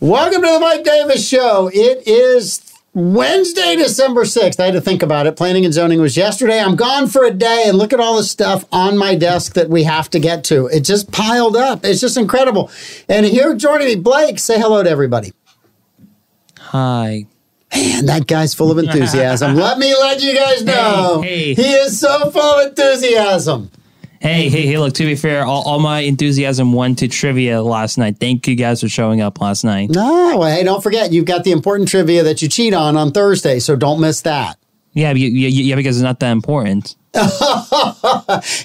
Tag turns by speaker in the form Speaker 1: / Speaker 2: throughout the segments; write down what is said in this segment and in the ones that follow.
Speaker 1: Welcome to the Mike Davis Show. It is Wednesday, December 6th. I had to think about it. Planning and zoning was yesterday. I'm gone for a day, and look at all the stuff on my desk that we have to get to. It just piled up. It's just incredible. And here joining me, Blake, say hello to everybody.
Speaker 2: Hi.
Speaker 1: Man, that guy's full of enthusiasm. let me let you guys know.
Speaker 2: Hey, hey.
Speaker 1: He is so full of enthusiasm.
Speaker 2: Hey, hey, hey, look, to be fair, all, all my enthusiasm went to trivia last night. Thank you guys for showing up last night.
Speaker 1: No, hey, don't forget, you've got the important trivia that you cheat on on Thursday, so don't miss that.
Speaker 2: Yeah, you, you, yeah because it's not that important.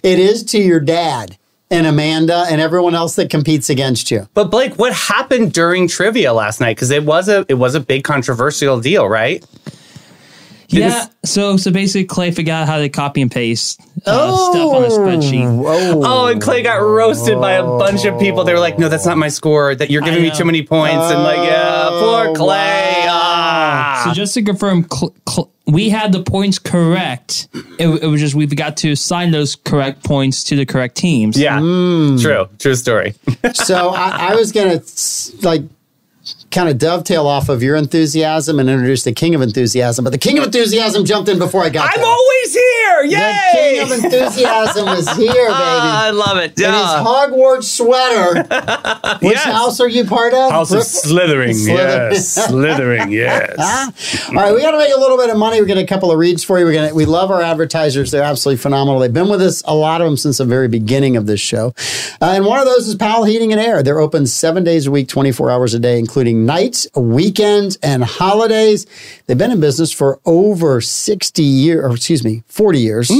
Speaker 1: It is to your dad and Amanda and everyone else that competes against you.
Speaker 3: But Blake, what happened during trivia last night? Because it was a it was a big controversial deal, right?
Speaker 2: Yeah, so so basically, Clay forgot how to copy and paste uh, stuff on a spreadsheet.
Speaker 3: Oh, and Clay got roasted by a bunch of people. They were like, "No, that's not my score. That you're giving me
Speaker 2: know.
Speaker 3: too many points." and like, yeah, poor Clay. Ah.
Speaker 2: So just to confirm, cl- cl- we had the points correct. It, w- it was just we've got to assign those correct points to the correct teams.
Speaker 3: Yeah, true, true story.
Speaker 1: so I, I was gonna s- like kind of dovetail off of your enthusiasm and introduce the king of enthusiasm, but the king of enthusiasm jumped in before I got
Speaker 3: I'm
Speaker 1: there.
Speaker 3: always
Speaker 1: the
Speaker 3: here.
Speaker 1: king of
Speaker 3: Yay! Ah,
Speaker 1: enthusiasm is here, baby.
Speaker 3: I love it.
Speaker 1: In his
Speaker 3: Yeah.
Speaker 1: Hogwarts sweater. Which
Speaker 3: Yes.
Speaker 1: house are you part of?
Speaker 4: House of
Speaker 1: Brook-
Speaker 4: Slithering,
Speaker 1: Slither-
Speaker 4: yes. Slithering, yes.
Speaker 1: All right, we got to make a little bit of money. We got a couple of reads for you. We're gonna we love our advertisers. They're absolutely phenomenal. They've been with us a lot of them since the very beginning of this show, uh, and one of those is Powell Heating and Air. They're open seven days a week, twenty four hours a day, including nights, weekends, and holidays. They've been in business for over sixty years, or excuse me, forty years.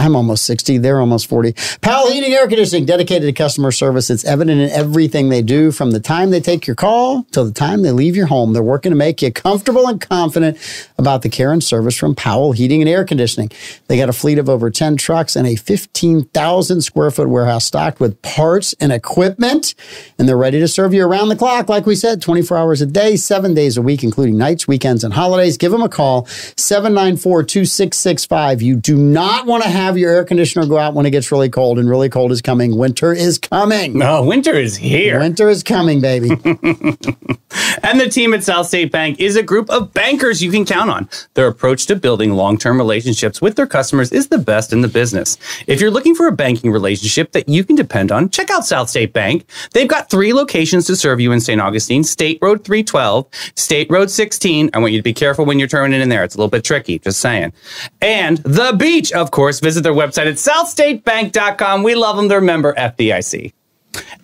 Speaker 1: I'm almost 60. They're almost 40. Powell Heating and Air Conditioning, dedicated to customer service. It's evident in everything they do from the time they take your call till the time they leave your home. They're working to make you comfortable and confident about the care and service from Powell Heating and Air Conditioning. They got a fleet of over 10 trucks and a 15,000 square foot warehouse stocked with parts and equipment. And they're ready to serve you around the clock. Like we said, 24 hours a day, seven days a week, including nights, weekends, and holidays. Give them a call, 794 2665. You do not want to have your air conditioner go out when it gets really cold, and really cold is coming. Winter is coming.
Speaker 3: No, Oh, winter is here.
Speaker 1: Winter is coming, baby.
Speaker 3: And the team at South State Bank is a group of bankers you can count on. Their approach to building long term relationships with their customers is the best in the business. If you're looking for a banking relationship that you can depend on, check out South State Bank. They've got three locations to serve you in St. Augustine State Road 312, State Road 16. I want you to be careful when you're turning in there. It's a little bit tricky, just saying. And the beach, of course. Visit their website at southstatebank.com. We love them. They're member FDIC.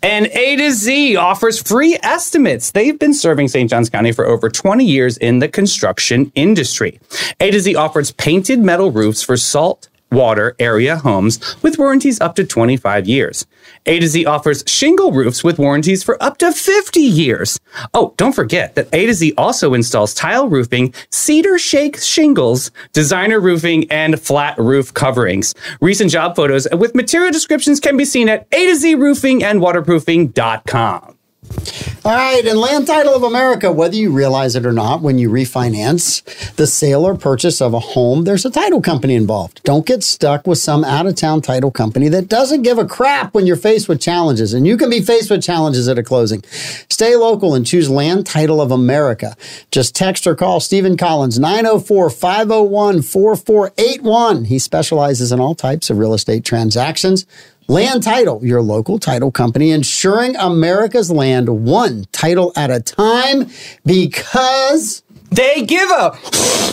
Speaker 3: And A to Z offers free estimates. They've been serving St. Johns County for over 20 years in the construction industry. A to Z offers painted metal roofs for salt water area homes with warranties up to 25 years. A to Z offers shingle roofs with warranties for up to 50 years. Oh, don't forget that A to Z also installs tile roofing, cedar shake shingles, designer roofing, and flat roof coverings. Recent job photos with material descriptions can be seen at A to Z roofing and waterproofing.com.
Speaker 1: All right, and Land Title of America, whether you realize it or not, when you refinance the sale or purchase of a home, there's a title company involved. Don't get stuck with some out of town title company that doesn't give a crap when you're faced with challenges, and you can be faced with challenges at a closing. Stay local and choose Land Title of America. Just text or call Stephen Collins, 904 501 4481. He specializes in all types of real estate transactions. Land Title, your local title company, insuring America's land one title at a time because,
Speaker 3: They give a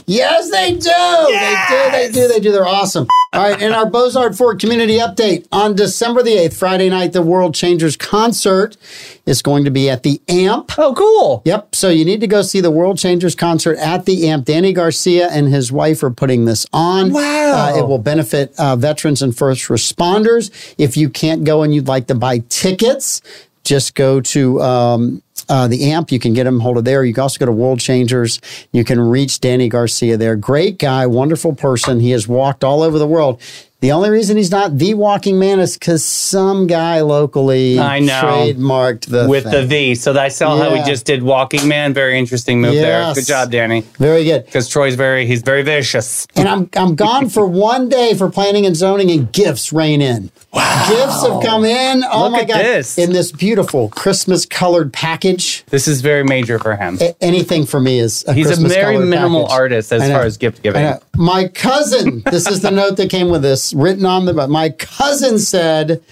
Speaker 1: yes, they do. They do, they do, they do. They're awesome. All right. And our Bozard Ford community update on December the 8th, Friday night, the World Changers concert is going to be at the AMP.
Speaker 3: oh cool.
Speaker 1: Yep. So you need to go see the World Changers concert at the AMP. Danny Garcia and his wife are putting this on.
Speaker 3: Wow.
Speaker 1: Uh, it will benefit uh, veterans and first responders. If you can't go and you'd like to buy tickets, just go to um, uh, the AMP. You can get them hold of there. You can also go to World Changers. You can reach Danny Garcia there. Great guy, wonderful person. He has walked all over the world. The only reason he's not the walking man is because some guy locally
Speaker 3: I know.
Speaker 1: trademarkked the
Speaker 3: With
Speaker 1: thing.
Speaker 3: the V. So I saw how we
Speaker 1: Yeah.
Speaker 3: just did Walking Man. Very interesting move there.
Speaker 1: Yes.
Speaker 3: Good job, Danny.
Speaker 1: Very good.
Speaker 3: Because Troy's very, he's very vicious.
Speaker 1: and I'm I'm gone for one day for planning and zoning and gifts rain in. Gifts have come in. Oh
Speaker 3: Look
Speaker 1: my
Speaker 3: at
Speaker 1: God.
Speaker 3: this.
Speaker 1: In this beautiful Christmas colored package.
Speaker 3: This is very major for him.
Speaker 1: A- anything for me is a
Speaker 3: He's a
Speaker 1: Christmas
Speaker 3: very
Speaker 1: colored
Speaker 3: minimal
Speaker 1: package.
Speaker 3: artist as
Speaker 1: I know.
Speaker 3: far as gift giving.
Speaker 1: I know. My cousin, this is the note that came with this, written on the, but my cousin said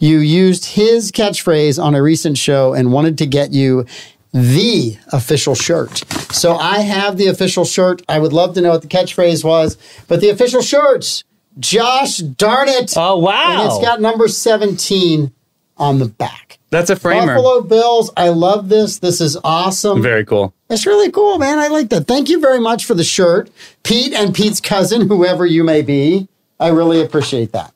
Speaker 1: you used his catchphrase on a recent show and wanted to get you the official shirt. So I have the official shirt. I would love to know what the catchphrase was, but the official shirt, Josh, darn it.
Speaker 3: Oh wow!
Speaker 1: And it's got number 17 on the back.
Speaker 3: That's a framer.
Speaker 1: Buffalo Bills, I love this. This is awesome.
Speaker 3: Very cool.
Speaker 1: That's really cool, man. I like that. Thank you very much for the shirt, Pete and Pete's cousin, whoever you may be. I really appreciate that.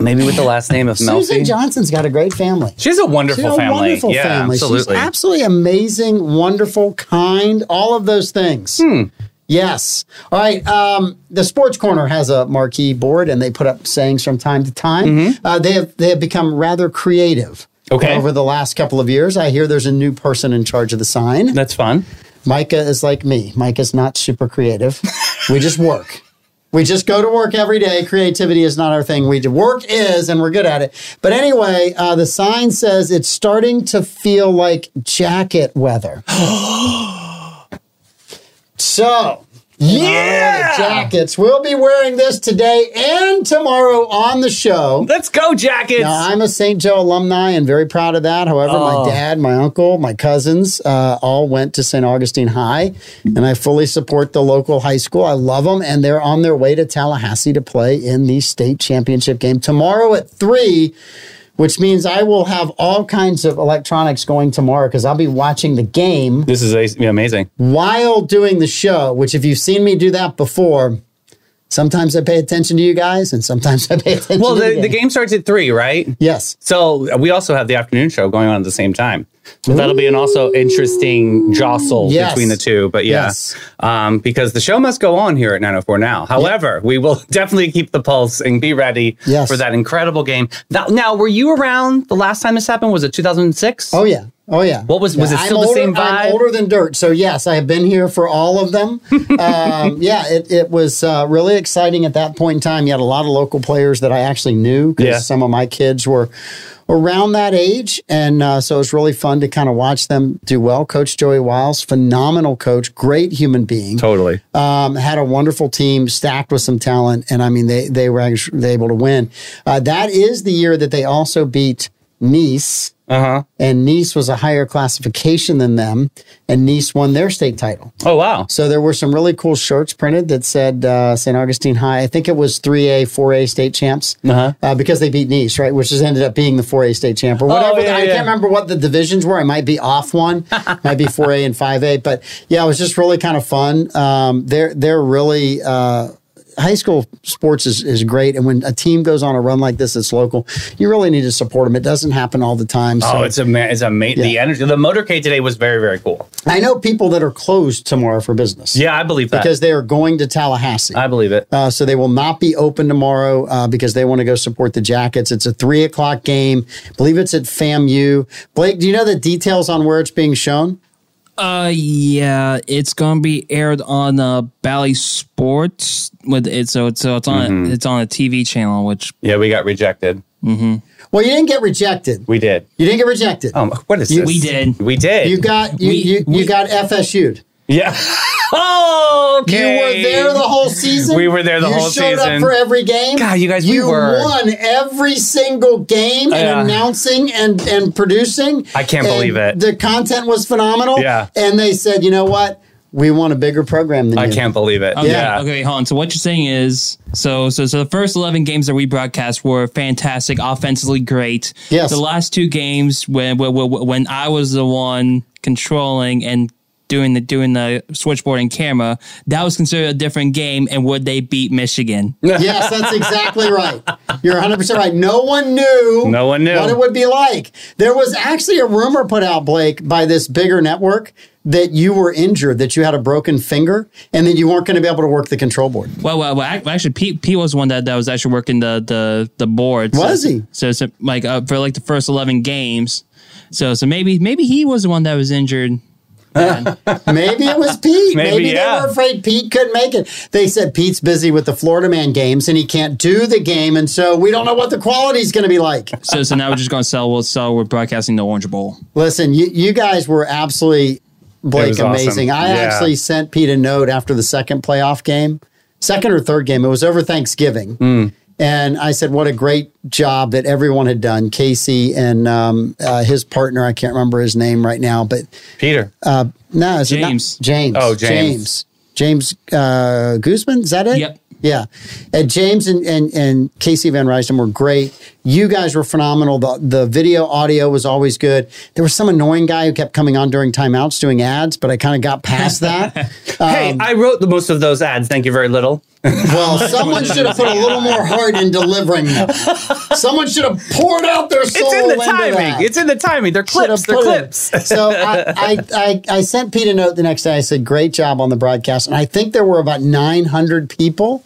Speaker 3: Maybe with the last name of
Speaker 1: Susan
Speaker 3: Melfi.
Speaker 1: Johnson's got a great family.
Speaker 3: She's a wonderful
Speaker 1: She's a
Speaker 3: family.
Speaker 1: wonderful
Speaker 3: yeah,
Speaker 1: family.
Speaker 3: absolutely.
Speaker 1: She's absolutely amazing, wonderful, kind, all of those things.
Speaker 3: Hmm.
Speaker 1: Yes. All right. Um, the Sports Corner has a marquee board, and they put up sayings from time to time. Uh, they have they have become rather creative.
Speaker 3: Mm-hmm. Okay.
Speaker 1: Over the last couple of years, I hear there's a new person in charge of the sign.
Speaker 3: That's fun.
Speaker 1: Micah is like me. Micah's not super creative. We just work. We just go to work every day. Creativity is not our thing. We do work is, and we're good at it. But anyway, uh, the sign says it's starting to feel like jacket weather. so, yeah, jackets. We'll be wearing this today and tomorrow on the show.
Speaker 3: Let's go, Jackets.
Speaker 1: Now, I'm a St. Joe alumni and very proud of that. However,
Speaker 3: Oh.
Speaker 1: my dad, my uncle, my cousins uh, all went to St. Augustine High, and I fully support the local high school. I love them, and they're on their way to Tallahassee to play in the state championship game tomorrow at 3. Which means I will have all kinds of electronics going tomorrow because I'll be watching the game
Speaker 3: this is a- yeah, amazing.
Speaker 1: while doing the show, which if you've seen me do that before, sometimes I pay attention to you guys and sometimes I pay attention
Speaker 3: Well,
Speaker 1: to
Speaker 3: the, the game starts at three, right?
Speaker 1: Yes.
Speaker 3: So uh, we also have the afternoon show going on at the same time. So that'll be an also interesting jostle
Speaker 1: Yes.
Speaker 3: between the two. But yeah,
Speaker 1: Yes.
Speaker 3: um, because the show must go on here at 904 now. However, we will definitely keep the pulse and be ready
Speaker 1: Yes.
Speaker 3: for that incredible game. Now, now, were you around the last time this happened? Was it 2006?
Speaker 1: Oh yeah. Oh yeah.
Speaker 3: What was- was
Speaker 1: Yeah,
Speaker 3: it still the
Speaker 1: older,
Speaker 3: same
Speaker 1: I'm
Speaker 3: vibe?
Speaker 1: older than dirt, so yes, I have been here for all of them. um, yeah, it, it was uh, really exciting at that point in time. You had a lot of local players that I actually knew because
Speaker 3: Yeah.
Speaker 1: some of my kids were around that age, and uh, so it was really fun to kind of watch them do well. Coach Joey Wiles, phenomenal coach, great human being
Speaker 3: Totally.
Speaker 1: um, had a wonderful team stacked with some talent, and I mean they they were actually able to win. Uh, that is the year that they also beat Nice, uh-huh. and Nice was a higher classification than them, and Nice won their state title.
Speaker 3: Oh, wow.
Speaker 1: So there were some really cool shirts printed that said uh, St. Augustine High. I think it was three A, four A state champs
Speaker 3: Uh-huh.
Speaker 1: uh because they beat Nice, right? Which has ended up being the four A state champ or whatever.
Speaker 3: Oh, yeah,
Speaker 1: I
Speaker 3: yeah.
Speaker 1: can't remember what the divisions were. I might be off one, might be four A and five A. But yeah, it was just really kind of fun. Um, they're they're really. Uh, High school sports is, is great. And when a team goes on a run like this, it's local. You really need to support them. It doesn't happen all the time. So
Speaker 3: Oh, it's a ma- it's a ma- the energy. The motorcade today was very very cool.
Speaker 1: I know people that are closed tomorrow for business.
Speaker 3: Yeah, I believe that.
Speaker 1: Because they are going to Tallahassee.
Speaker 3: I believe it.
Speaker 1: Uh, so they will not be open tomorrow uh, because they want to go support the Jackets. It's a three o'clock game. I believe it's at FAMU. Blake, do you know the details on where it's being shown?
Speaker 2: Uh, yeah, it's gonna be aired on uh Bally Sports with it, so it's so it's on it's on a TV channel, which
Speaker 3: yeah, we got rejected.
Speaker 1: Well, you didn't get rejected.
Speaker 3: We did.
Speaker 1: You didn't get rejected.
Speaker 3: Um, what is this?
Speaker 2: we did.
Speaker 3: We did.
Speaker 1: You got you
Speaker 2: We-
Speaker 1: you, you
Speaker 2: we-
Speaker 1: got FSU'd.
Speaker 3: yeah. oh, okay.
Speaker 1: You were there the whole season.
Speaker 3: We were there the
Speaker 1: you
Speaker 3: whole
Speaker 1: showed
Speaker 3: season.
Speaker 1: up for every game.
Speaker 3: God, you guys, we
Speaker 1: you
Speaker 3: were-
Speaker 1: won every single game
Speaker 3: Yeah.
Speaker 1: and announcing and and producing.
Speaker 3: I can't
Speaker 1: And
Speaker 3: believe it.
Speaker 1: The content was phenomenal.
Speaker 3: Yeah.
Speaker 1: and they said, you know what? We want a bigger program than
Speaker 3: I
Speaker 1: you.
Speaker 3: can't believe it.
Speaker 2: Okay,
Speaker 3: yeah.
Speaker 2: Okay, hold on. So what you're saying is, so so so the first 11 games that we broadcast were fantastic, offensively great.
Speaker 1: Yes.
Speaker 2: The last two games when when, when when I was the one controlling and doing the doing the switchboard and camera, that was considered a different game. And would they beat Michigan?
Speaker 1: yes, that's exactly right. You're 100% right. No one knew.
Speaker 3: No one knew.
Speaker 1: What it would be like. There was actually a rumor put out, Blake, by this bigger network that you were injured, that you had a broken finger, and that you weren't going to be able to work the control board.
Speaker 2: Well, well, well ac- actually, Pete, Pete was the one that, that was actually working the the the board. So-
Speaker 1: Was he?
Speaker 2: So, so like uh, for like the first eleven games. So so maybe maybe he was the one that was injured. then.
Speaker 1: Maybe it was Pete. Maybe,
Speaker 3: Maybe, yeah.
Speaker 1: they were afraid Pete couldn't make it. They said Pete's busy with the Florida Man games and he can't do the game, and so we don't know what the quality's going to be like.
Speaker 2: so so now we're just gonna sell. We'll sell. We're broadcasting the Orange Bowl.
Speaker 1: Listen, you, you guys were absolutely
Speaker 4: It
Speaker 1: Blake
Speaker 4: was awesome.
Speaker 1: amazing. I
Speaker 4: Yeah.
Speaker 1: actually sent Pete a note after the second playoff game, second or third game. It was over Thanksgiving.
Speaker 4: Mm.
Speaker 1: And I said, what a great job that everyone had done. Casey and um, uh, his partner, I can't remember his name right now, but
Speaker 3: Peter.
Speaker 1: no, is it not-
Speaker 2: James.
Speaker 1: James.
Speaker 3: Oh,
Speaker 1: James.
Speaker 3: James.
Speaker 1: James uh, Guzman. Is that it?
Speaker 2: Yep.
Speaker 1: Yeah. And James and, and, and Casey Van Rysden were great. You guys were phenomenal. The, the video audio was always good. There was some annoying guy who kept coming on during timeouts doing ads, but I kind of got past that. Um,
Speaker 3: hey, I wrote the most of those ads. Thank you very little.
Speaker 1: well, someone should have put a little more heart in delivering them. Someone should have poured out their soul.
Speaker 3: It's in the
Speaker 1: into that.
Speaker 3: timing. It's in the timing. They're
Speaker 1: Should have
Speaker 3: clips. They're
Speaker 1: put it.
Speaker 3: clips.
Speaker 1: so I, I, I, I sent Pete a note the next day. I said, "Great job on the broadcast." And I think there were about 900 people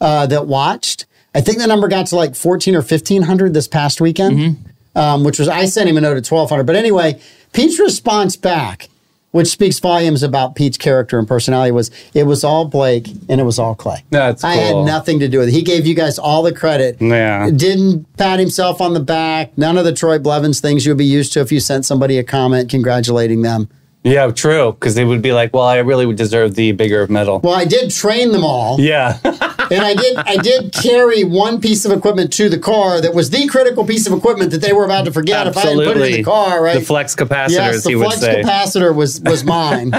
Speaker 1: uh, that watched. I think the number got to like 14 or 1500 this past weekend,
Speaker 3: Mm-hmm.
Speaker 1: um, which was I sent him a note at 1200. But anyway, Pete's response back, which speaks volumes about Pete's character and personality, was it was all Blake and it was all Clay.
Speaker 3: That's
Speaker 1: I had
Speaker 3: cool.
Speaker 1: nothing to do with it. He gave you guys all the credit
Speaker 4: Yeah.
Speaker 1: didn't pat himself on the back. None of the Troy Blevins things you'd be used to if you sent somebody a comment congratulating them.
Speaker 3: Yeah, true. Because they would be like, well, I really would deserve the bigger medal.
Speaker 1: Well, I did train them all,
Speaker 3: yeah.
Speaker 1: and I did I did carry one piece of equipment to the car that was the critical piece of equipment that they were about to forget if I didn't put it in the car. Right?
Speaker 3: The flex capacitor,
Speaker 1: yes,
Speaker 3: as
Speaker 1: the
Speaker 3: he would
Speaker 1: flux
Speaker 3: say.
Speaker 1: capacitor was was mine.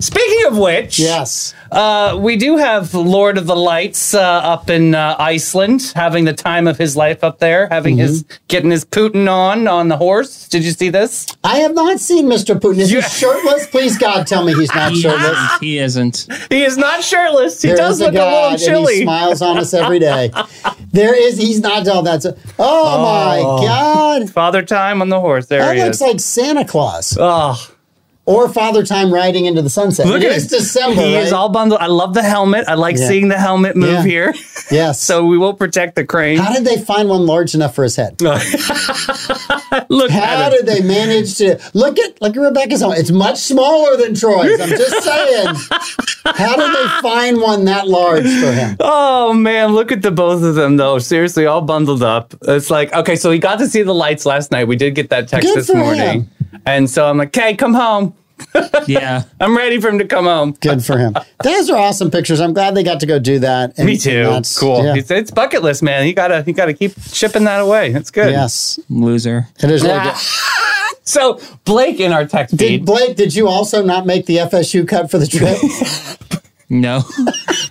Speaker 3: Speaking of which,
Speaker 1: yes,
Speaker 3: uh, we do have Lord of the Lights uh, up in uh, Iceland, having the time of his life up there, having his
Speaker 1: Mm-hmm.
Speaker 3: getting his Putin on on the horse. Did you see this?
Speaker 1: I have not seen Mr. Putin. Is he shirtless? Please God, tell me he's not
Speaker 2: He
Speaker 1: shirtless.
Speaker 2: isn't. He isn't.
Speaker 3: He is not shirtless. He
Speaker 1: There
Speaker 3: does
Speaker 1: is
Speaker 3: look a, little
Speaker 1: God, and
Speaker 3: chilly.
Speaker 1: he smiles on us every day. there is. He's not all that. So, oh, my God.
Speaker 3: Father Time on the horse. There
Speaker 1: That
Speaker 3: he
Speaker 1: looks
Speaker 3: is.
Speaker 1: like Santa Claus
Speaker 3: oh,
Speaker 1: or Father Time riding into the sunset.
Speaker 3: look
Speaker 1: it
Speaker 3: at
Speaker 1: is
Speaker 3: it.
Speaker 1: December.
Speaker 3: He
Speaker 1: right?
Speaker 3: is all bundled. I love the helmet. I like
Speaker 1: Yeah.
Speaker 3: seeing the helmet move
Speaker 1: Yeah.
Speaker 3: here.
Speaker 1: yes.
Speaker 3: so we will protect the crane.
Speaker 1: how did they find one large enough for his head?
Speaker 3: Look
Speaker 1: How
Speaker 3: at
Speaker 1: did
Speaker 3: it.
Speaker 1: they manage to look at look at Rebecca's home? It's much smaller than Troy's. I'm just saying. How did they find one that large for him?
Speaker 3: Oh man, look at the both of them though. Seriously, all bundled up. It's like okay, so we got to see the lights last night. We did get that text
Speaker 1: Good
Speaker 3: this
Speaker 1: for
Speaker 3: morning, and so I'm like, "Okay, come home.
Speaker 2: Yeah.
Speaker 3: I'm ready for him to come home."
Speaker 1: Good for him. Those are awesome pictures. I'm glad they got to go do that. And-
Speaker 3: Me
Speaker 1: and
Speaker 3: too.
Speaker 1: that's-
Speaker 3: Cool.
Speaker 1: yeah.
Speaker 3: It's, it's bucket list, man. You gotta you gotta keep shipping that away. That's good.
Speaker 1: Yes.
Speaker 2: Loser.
Speaker 1: It is really good.
Speaker 3: So Blake in our text
Speaker 1: Did,
Speaker 3: feed.
Speaker 1: Blake, did you also not make the FSU cut for the trip?
Speaker 2: No.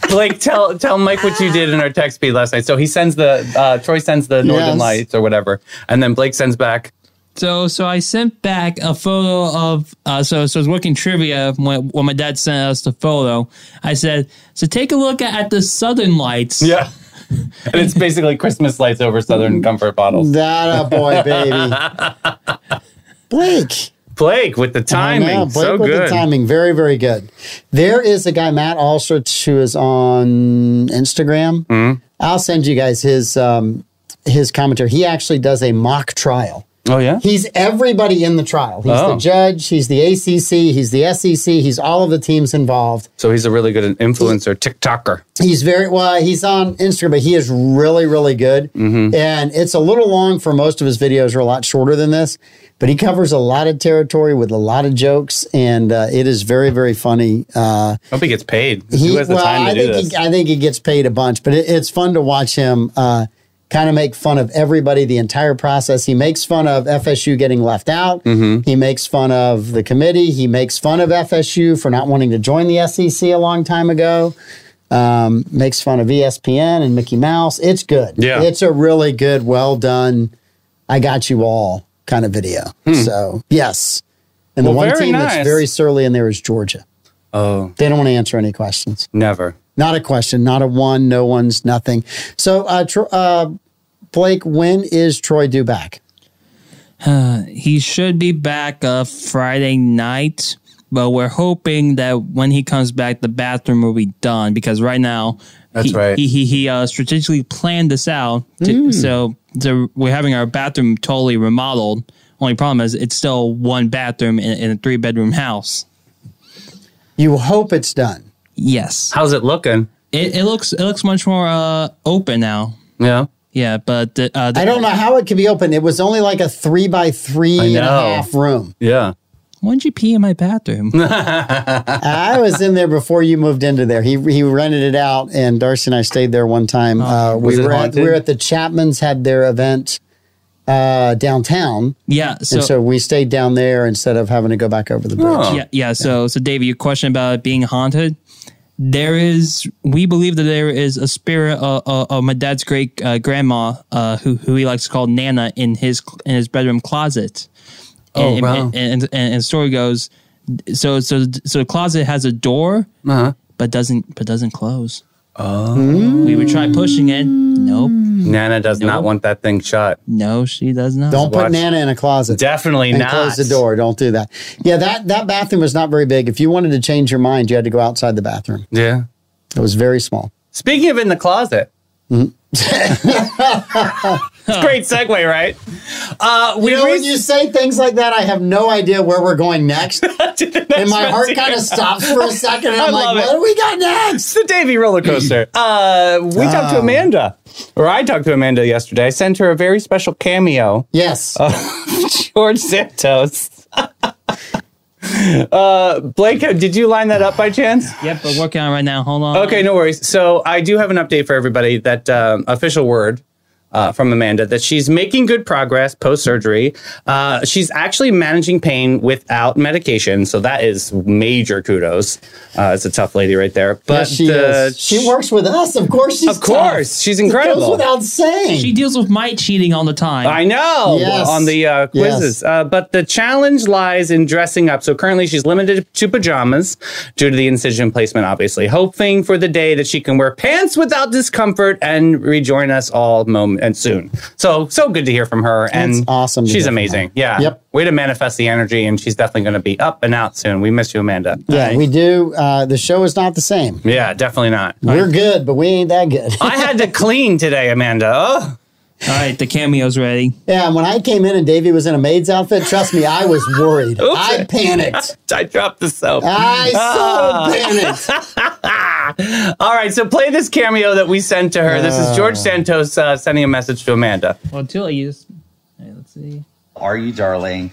Speaker 3: Blake, tell tell Mike what you did in our text feed last night. So he sends the uh, Troy sends the Northern
Speaker 1: Yes.
Speaker 3: Lights or whatever, and then Blake sends back.
Speaker 2: So, so I sent back a photo of. Uh, so, so I was working trivia when, when my dad sent us the photo. I said, "So take a look at, the Southern Lights."
Speaker 3: Yeah. and it's basically Christmas lights over Southern Comfort bottles.
Speaker 1: That a boy, baby. Blake.
Speaker 3: Blake with the
Speaker 1: I
Speaker 3: timing.
Speaker 1: know, Blake
Speaker 3: so
Speaker 1: with
Speaker 3: good.
Speaker 1: the timing. Very, very good. There is a guy, Matt Alsrich, who is on Instagram.
Speaker 3: Mm-hmm.
Speaker 1: I'll send you guys his um, his commentary. He actually does a mock trial.
Speaker 3: Oh yeah.
Speaker 1: He's everybody in the trial. He's
Speaker 3: Oh.
Speaker 1: the judge, he's the ACC, he's the SEC, he's all of the teams involved.
Speaker 3: So he's a really good influencer, TikToker.
Speaker 1: He's very well. He's on Instagram, but he is really, really good. And it's a little long for most of his videos, are a lot shorter than this. But he covers a lot of territory with a lot of jokes, and uh, it is very, very funny. Uh,
Speaker 3: Hope he gets paid.
Speaker 1: he,
Speaker 3: Who has the time to
Speaker 1: I
Speaker 3: do
Speaker 1: think
Speaker 3: this?
Speaker 1: he, I think he gets paid a bunch, but it, it's fun to watch him uh, kind of make fun of everybody, the entire process. He makes fun of FSU getting left out.
Speaker 3: Mm-hmm.
Speaker 1: He makes fun of the committee. He makes fun of FSU for not wanting to join the SEC a long time ago. Um, makes fun of ESPN and Mickey Mouse. It's good.
Speaker 3: Yeah.
Speaker 1: it's a really good, well done. I got you all kind of video. So yes. And the
Speaker 3: Hmm. Well,
Speaker 1: one
Speaker 3: very
Speaker 1: team
Speaker 3: nice.
Speaker 1: that's very surly in there is Georgia.
Speaker 3: oh,
Speaker 1: They don't want to answer any questions.
Speaker 3: never.
Speaker 1: Not a question. Not a one. No one's nothing. So, uh, Tro- uh, Blake, when is Troy due back?
Speaker 2: He should be back uh, Friday night, but we're hoping that when he comes back, the bathroom will be done because right now,
Speaker 3: That's
Speaker 2: he,
Speaker 3: right.
Speaker 2: He he, he uh, strategically planned this out, to,
Speaker 1: Mm.
Speaker 2: so so we're having our bathroom totally remodeled. Only problem is it's still one bathroom in, in a three bedroom house.
Speaker 1: You hope it's done.
Speaker 2: Yes,
Speaker 3: How's it looking?
Speaker 2: it, it looks it looks much more uh, open now.
Speaker 3: Yeah.
Speaker 2: Yeah, but the, uh, the,
Speaker 1: I don't know how it could be open. It was only like a three by three and a
Speaker 3: know.
Speaker 1: half room.
Speaker 3: Yeah.
Speaker 2: Why did you pee in my bathroom?
Speaker 1: I was in there before you moved into there. He he rented it out, and Darcy and I stayed there one time. uh,
Speaker 3: Oh. Was
Speaker 1: we
Speaker 3: it
Speaker 1: were at,
Speaker 3: haunted?
Speaker 1: we were at the Chapmans had their event uh, downtown,
Speaker 2: yeah, so,
Speaker 1: and so we stayed down there instead of having to go back over the bridge.
Speaker 3: Oh.
Speaker 2: yeah, yeah, so so David, your question about it being haunted. There is, we believe that there is a spirit of, of, of my dad's great uh, grandma, uh, who who he likes to call Nana, in his in his bedroom closet.
Speaker 3: Oh,
Speaker 2: and,
Speaker 3: wow.
Speaker 2: And, and, and, and the story goes, so so so the closet has a door,
Speaker 3: Uh-huh.
Speaker 2: but doesn't but doesn't close. Oh, we would try pushing it. Nope,
Speaker 3: Nana does not want that thing shut.
Speaker 2: no, she does not.
Speaker 1: Don't put
Speaker 3: Watch.
Speaker 1: Nana in a closet.
Speaker 3: Definitely
Speaker 1: and
Speaker 3: not.
Speaker 1: close the door. Don't do that. Yeah, that that bathroom was not very big. If you wanted to change your mind, you had to go outside the bathroom.
Speaker 3: Yeah.
Speaker 1: It was very small.
Speaker 3: Speaking of in the closet. Mm-hmm. it's a great segue, right? Uh, we
Speaker 1: You know, when
Speaker 3: rec-
Speaker 1: you say things like that, I have no idea where we're going next, and
Speaker 3: to the next
Speaker 1: my
Speaker 3: one.
Speaker 1: heart kind of stops for a second, and
Speaker 3: I
Speaker 1: I'm
Speaker 3: love
Speaker 1: like,
Speaker 3: it.
Speaker 1: "What do we got next?"
Speaker 3: It's the Davy roller coaster. Uh, we talked to
Speaker 1: Oh.
Speaker 3: Amanda, or I talked to Amanda yesterday. I sent her a very special cameo,
Speaker 1: Yes.
Speaker 3: George Santos. uh, Blake, did you line that up by chance?
Speaker 2: Yep, we're working on it right now. Hold on.
Speaker 3: Okay, no worries. So I do have an update for everybody. That um, official word uh, from Amanda that she's making good progress post surgery. Uh, she's actually managing pain without medication, so that is major kudos. Uh, it's a tough lady right there,
Speaker 1: Yes,
Speaker 3: but
Speaker 1: she
Speaker 3: the-
Speaker 1: is. She works with us, uh, of course. She's
Speaker 3: Of course,
Speaker 1: tough.
Speaker 3: she's
Speaker 1: It
Speaker 3: incredible.
Speaker 1: goes without saying.
Speaker 2: She deals with my cheating all the time.
Speaker 3: I know
Speaker 1: Yes.
Speaker 3: on the uh, quizzes.
Speaker 1: Yes.
Speaker 3: Uh, but the challenge lies in dressing up. So currently she's limited to pajamas due to the incision placement, obviously, hoping for the day that she can wear pants without discomfort and rejoin us all moment and soon. So, so good to hear from her. And
Speaker 1: That's awesome to hear
Speaker 3: She's
Speaker 1: from
Speaker 3: amazing.
Speaker 1: her.
Speaker 3: Yeah.
Speaker 1: Yep.
Speaker 3: Way to manifest the energy. And she's definitely going to be up and out soon. We miss you, Amanda.
Speaker 1: yeah, we do. Uh, the show is not the same.
Speaker 3: Yeah, definitely not.
Speaker 1: We're good, but we ain't that good.
Speaker 3: I had to clean today, Amanda. Oh,
Speaker 2: All right, the cameo's ready.
Speaker 1: yeah, and when I came in and Davey was in a maid's outfit, trust me, I was worried. I panicked.
Speaker 3: I dropped the soap.
Speaker 1: I
Speaker 3: Ah.
Speaker 1: so panicked.
Speaker 3: All right, so play this cameo that we sent to her. This is George Santos uh, sending a message to Amanda.
Speaker 2: Well, Tula, you just. all right, let's see.
Speaker 5: are you, darling?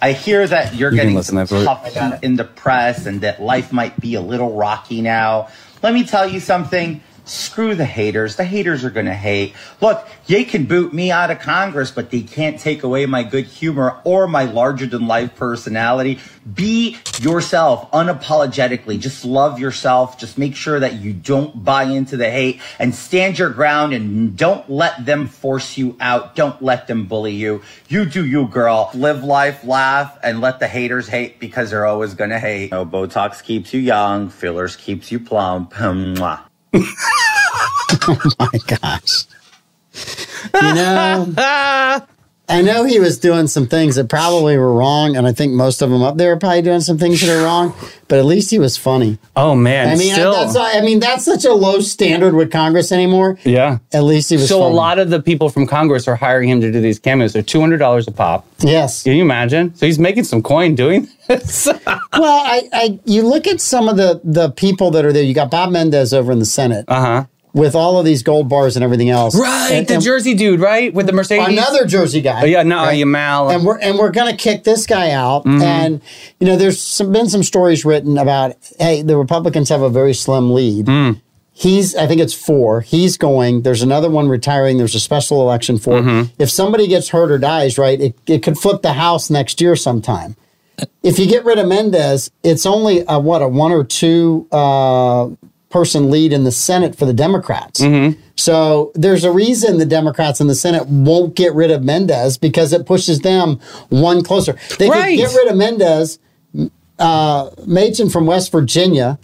Speaker 5: I hear that you're
Speaker 3: can
Speaker 5: getting
Speaker 3: listen
Speaker 5: some
Speaker 3: to that
Speaker 5: tough in the press and that life might be a little rocky now. Let me tell you something. Screw the haters. The haters are going to hate. Look, they can boot me out of Congress, but they can't take away my good humor or my larger than life personality. Be yourself unapologetically. Just love yourself. Just make sure that you don't buy into the hate and stand your ground and don't let them force you out. Don't let them bully you. You do you, girl. Live life, laugh, and let the haters hate because they're always going to hate. No Botox keeps you young, fillers keeps you plump. Mwah.
Speaker 1: My gosh. You know,
Speaker 3: Ah!
Speaker 1: I know he was doing some things that probably were wrong, and I think most of them up there are probably doing some things that are wrong. But at least he was funny.
Speaker 3: Oh man,
Speaker 1: I mean,
Speaker 3: still,
Speaker 1: that's I mean that's such a low standard with Congress anymore.
Speaker 3: yeah.
Speaker 1: At least he was
Speaker 3: So a
Speaker 1: funny.
Speaker 3: lot of the people from Congress are hiring him to do these cameos. They're two hundred dollars a pop.
Speaker 1: Yes.
Speaker 3: Can you imagine? So he's making some coin doing this.
Speaker 1: Well, I, I you look at some of the the people that are there. You got Bob Mendez over in the Senate
Speaker 3: Uh-huh.
Speaker 1: with all of these gold bars and everything else. And-
Speaker 3: the
Speaker 1: and
Speaker 3: Jersey dude, right, with the Mercedes.
Speaker 1: another Jersey guy.
Speaker 3: Oh, yeah, no, Yamal.
Speaker 1: and we're and we're gonna kick this guy out. And you know, there's some, been some stories written about hey, the Republicans have a very slim lead. He's, I think it's four. He's going. There's another one retiring. There's a special election for. it. If somebody gets hurt or dies, right, it, it could flip the House next year sometime. If you get rid of Mendez, it's only a, what a one or two uh, person lead in the Senate for the Democrats.
Speaker 3: Mm-hmm.
Speaker 1: So there's a reason the Democrats in the Senate won't get rid of Mendez because it pushes them one closer. They
Speaker 3: Right.
Speaker 1: could get rid of Mendez. Uh, Machen from West Virginia